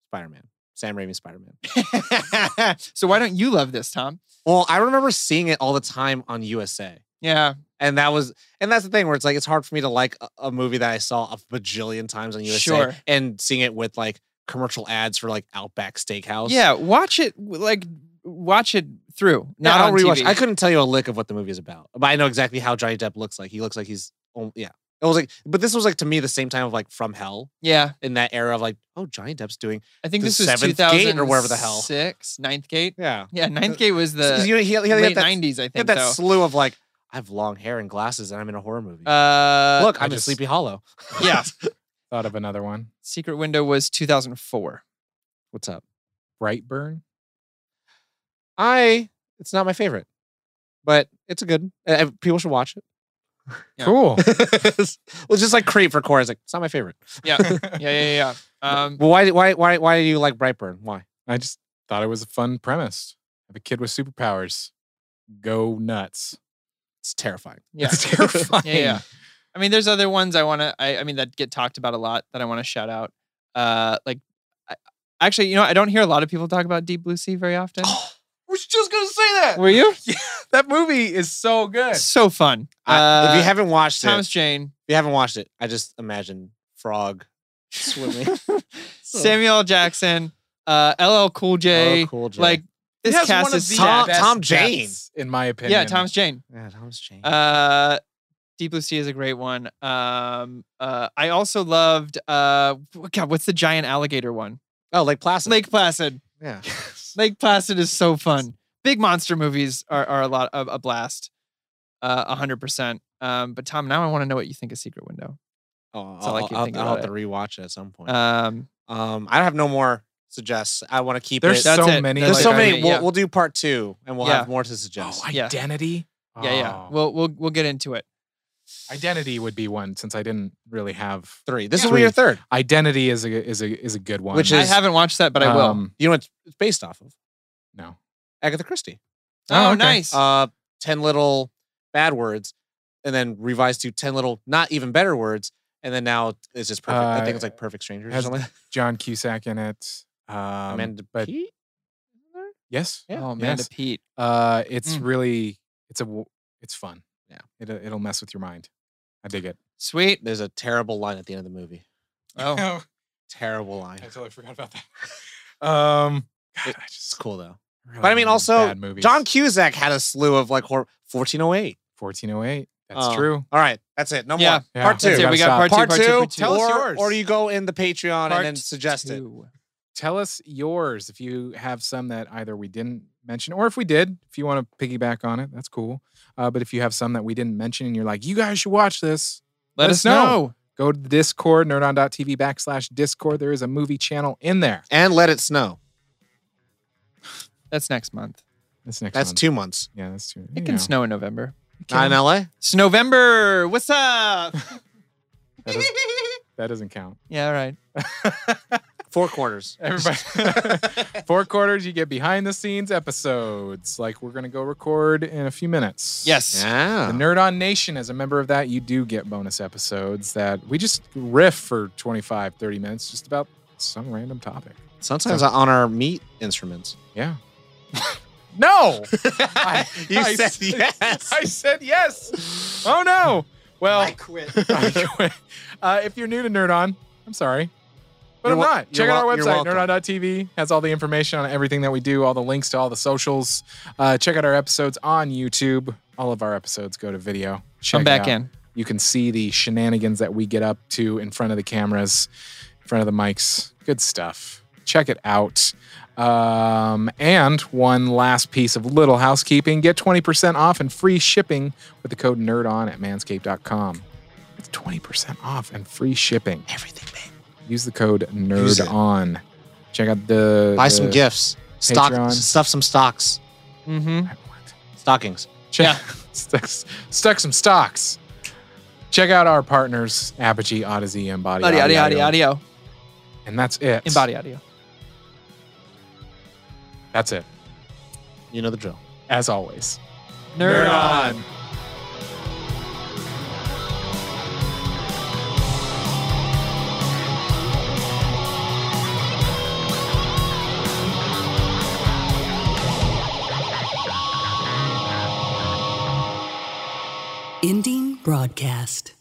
S3: Spider Man. Sam Raimi's Spider Man.
S2: so why don't you love this, Tom?
S3: Well, I remember seeing it all the time on USA.
S2: Yeah,
S3: And that was, and that's the thing where it's like it's hard for me to like a, a movie that I saw a bajillion times on USA
S2: Sure.
S3: and seeing it with like commercial ads for like Outback Steakhouse.
S2: yeah. watch it like watch it through,
S3: Yeah,
S2: not
S3: I'll
S2: on
S3: rewatch.
S2: TV.
S3: I couldn't tell you a lick of what the movie is about, but I know exactly how Johnny Depp looks like. He looks like he's, oh, yeah. It was like, but this was like to me the same time of like From Hell
S2: yeah,
S3: in that era of like, oh, Johnny Depp's doing,
S2: I think
S3: The
S2: this was two
S3: Seventh Gate
S2: thousand
S3: or wherever the hell.
S2: six, Ninth Gate.
S3: yeah.
S2: Yeah, Ninth Gate was the
S3: you know, he, he, he
S2: late
S3: had that,
S2: nineties, I
S3: he had
S2: think.
S3: that
S2: though.
S3: slew of like, I have long hair and glasses and I'm in a horror movie.
S2: uh,
S3: Look,
S1: I
S3: I'm in
S1: just-
S3: Sleepy Hollow.
S2: yeah,
S1: Thought of another one.
S2: Secret Window was two thousand four.
S3: What's up?
S1: Brightburn.
S3: I, it's not my favorite, but it's a good, uh, uh, people should watch it.
S2: Yeah.
S1: Cool.
S3: well, just like Creep for Core. It's like, it's not my favorite.
S2: Yeah, yeah, yeah, yeah. Um,
S3: Well, why, why, why, why do you like Brightburn? Why?
S1: I just thought it was a fun premise. Have a kid with superpowers. Go nuts.
S3: It's terrifying.
S2: yeah.
S1: It's terrifying.
S2: yeah, yeah. I mean, there's other ones I want to. I, I mean, that get talked about a lot that I want to shout out. Uh, like, I, actually, you know, I don't hear a lot of people talk about Deep Blue Sea very often.
S1: was just gonna say that.
S2: Were you?
S1: That movie is so good.
S2: so fun.
S3: I- if you
S2: Uh,
S3: haven't watched it,
S2: Thomas Jane,
S3: If you haven't watched it, I just imagine frog swimming.
S2: Samuel L. Jackson, uh, LL Cool J,
S3: Oh, cool, Jay.
S2: like
S1: It
S2: this
S1: has
S2: cast
S1: one of
S2: is
S1: the
S3: Tom-
S2: stacked.
S1: best
S3: Tom Jane.
S1: deaths, in my opinion.
S2: Yeah, Thomas Jane.
S3: yeah, Thomas Jane.
S2: Uh, Deep Blue Sea is a great one. Um, uh, I also loved. Uh, God, what's the giant alligator one?
S3: oh, Lake Placid.
S2: Lake Placid.
S3: yeah.
S2: Lake Placid is so fun. Big monster movies are, are a lot of a blast. Uh, A hundred percent. Um, but Tom, now I want to know what you think of Secret Window.
S3: Oh,
S2: all I
S3: I'll,
S2: keep
S3: I'll-
S2: thinking
S3: I'll
S2: about Uh,
S3: have to rewatch it at some point.
S2: Um,
S3: um, I have no more
S1: There's
S3: it.
S2: That's
S1: so
S2: it.
S1: many.
S2: That's
S1: like,
S3: There's so
S2: I-
S3: many.
S2: yeah.
S3: We'll, we'll do part two, and we'll
S2: Yeah.
S3: have more to
S1: Oh,
S3: suggest.
S2: Yeah.
S1: identity.
S2: Yeah, yeah.
S1: Oh.
S2: We'll we'll we'll get into it.
S1: identity would be one since I didn't really have
S3: three. This
S1: Yeah.
S3: will be your third.
S1: identity is a is a is a good one.
S3: Which
S2: I
S3: is-
S2: haven't watched that, but I will.
S1: Um,
S3: You know what it's based off of?
S1: no.
S3: Agatha Christie.
S1: oh,
S2: oh,
S1: okay.
S2: nice.
S3: Uh, ten little bad words, and then revised to ten little not even better words, and then now it's just perfect. I
S1: Uh,
S3: think it's like Perfect Strangers.
S1: has
S3: or something.
S1: John Cusack in it. Um,
S3: Amanda
S1: but
S3: Peet?
S1: yes,
S3: yeah,
S2: oh, Amanda
S1: yes.
S2: Pete.
S1: uh, it's
S2: Mm.
S1: really it's a w- it's fun.
S3: Yeah.
S1: it, uh, it'll mess with your mind. I dig it.
S2: Sweet.
S3: There's a terrible line at the end of the movie.
S2: Oh,
S3: Terrible line.
S1: I totally forgot about that. um, God,
S3: It-
S1: I
S3: It's
S1: just
S3: cool though.
S1: really
S3: But I mean,
S1: love
S3: also,
S1: bad movies.
S3: John Cusack had a slew of like hor- 1408.
S1: 1408. That's
S3: Oh.
S1: true.
S3: All right, that's it. No
S2: Yeah.
S3: more. Part
S1: Yeah.
S2: that's
S3: two.
S2: it. We got
S1: Gotta
S2: part two.
S3: Part,
S2: Part two.
S3: two.
S2: part two.
S1: Tell us
S3: or,
S1: yours.
S3: Or you go in the Patreon
S2: Part
S3: and then suggest it.
S2: two.
S1: Tell us yours if you have some that either we didn't mention or if we did, if you want to piggyback on it, that's cool. Uh, but if you have some that we didn't mention and you're like, you guys should watch this,
S2: Let, us know.
S1: go to the Discord, nerdon.tv backslash Discord. There is a movie channel in there.
S3: And let it snow.
S2: That's next month.
S1: That's next
S3: That's
S1: month.
S3: two months.
S1: Yeah, that's two.
S2: It can snow in November.
S3: Not in LA.
S2: It's November. What's up?
S1: That, does, that doesn't count.
S2: yeah, all right.
S3: Four quarters.
S1: Everybody, four quarters, you get behind the scenes episodes. Like we're going to go record in a few minutes.
S2: Yes.
S3: Yeah.
S1: The Nerd On Nation, as a member of that, you do get bonus episodes that we just riff for 25, 30 minutes just about some random topic.
S3: Sometimes on our meat instruments.
S1: Yeah. no! I,
S3: You
S1: I
S3: said yes.
S1: I said yes. Oh, no. Well,
S2: quit.
S1: I quit. uh, if you're new to Nerd On, I'm sorry. But
S3: You're
S1: I'm
S3: wel-
S1: not.
S3: you're
S1: Check out our
S3: wel- you're
S1: website,
S3: welcome.
S1: nerdon.tv. Has all the information on everything that we do, all the links to all the socials. Uh, check out our episodes on YouTube. All of our episodes go to video. Check
S2: I'm
S1: it
S2: back
S1: out.
S2: in.
S1: You can see the shenanigans that we get up to in front of the cameras, in front of the mics. Good stuff. Check it out. Um, and one last piece of little housekeeping get 20% off and free shipping with the code NERDON at manscaped.com. It's 20% off and free shipping.
S3: Everything, babe.
S1: Use the code
S3: Use it.
S1: NERDON. Check out the.
S3: Buy some
S1: the-
S3: gifts. Stock
S1: Patreon.
S3: stuff some stocks.
S2: Mm-hmm.
S1: I want-
S3: Stockings.
S1: Check, stuck, stuck some stocks. Check out our partners, Apogee, Odyssey, and Body.
S2: Audio, audio, audio, audio.
S1: And that's it.
S2: In body audio.
S1: That's it.
S3: You know the drill.
S1: As always.
S2: Nerd on.
S4: Ending broadcast.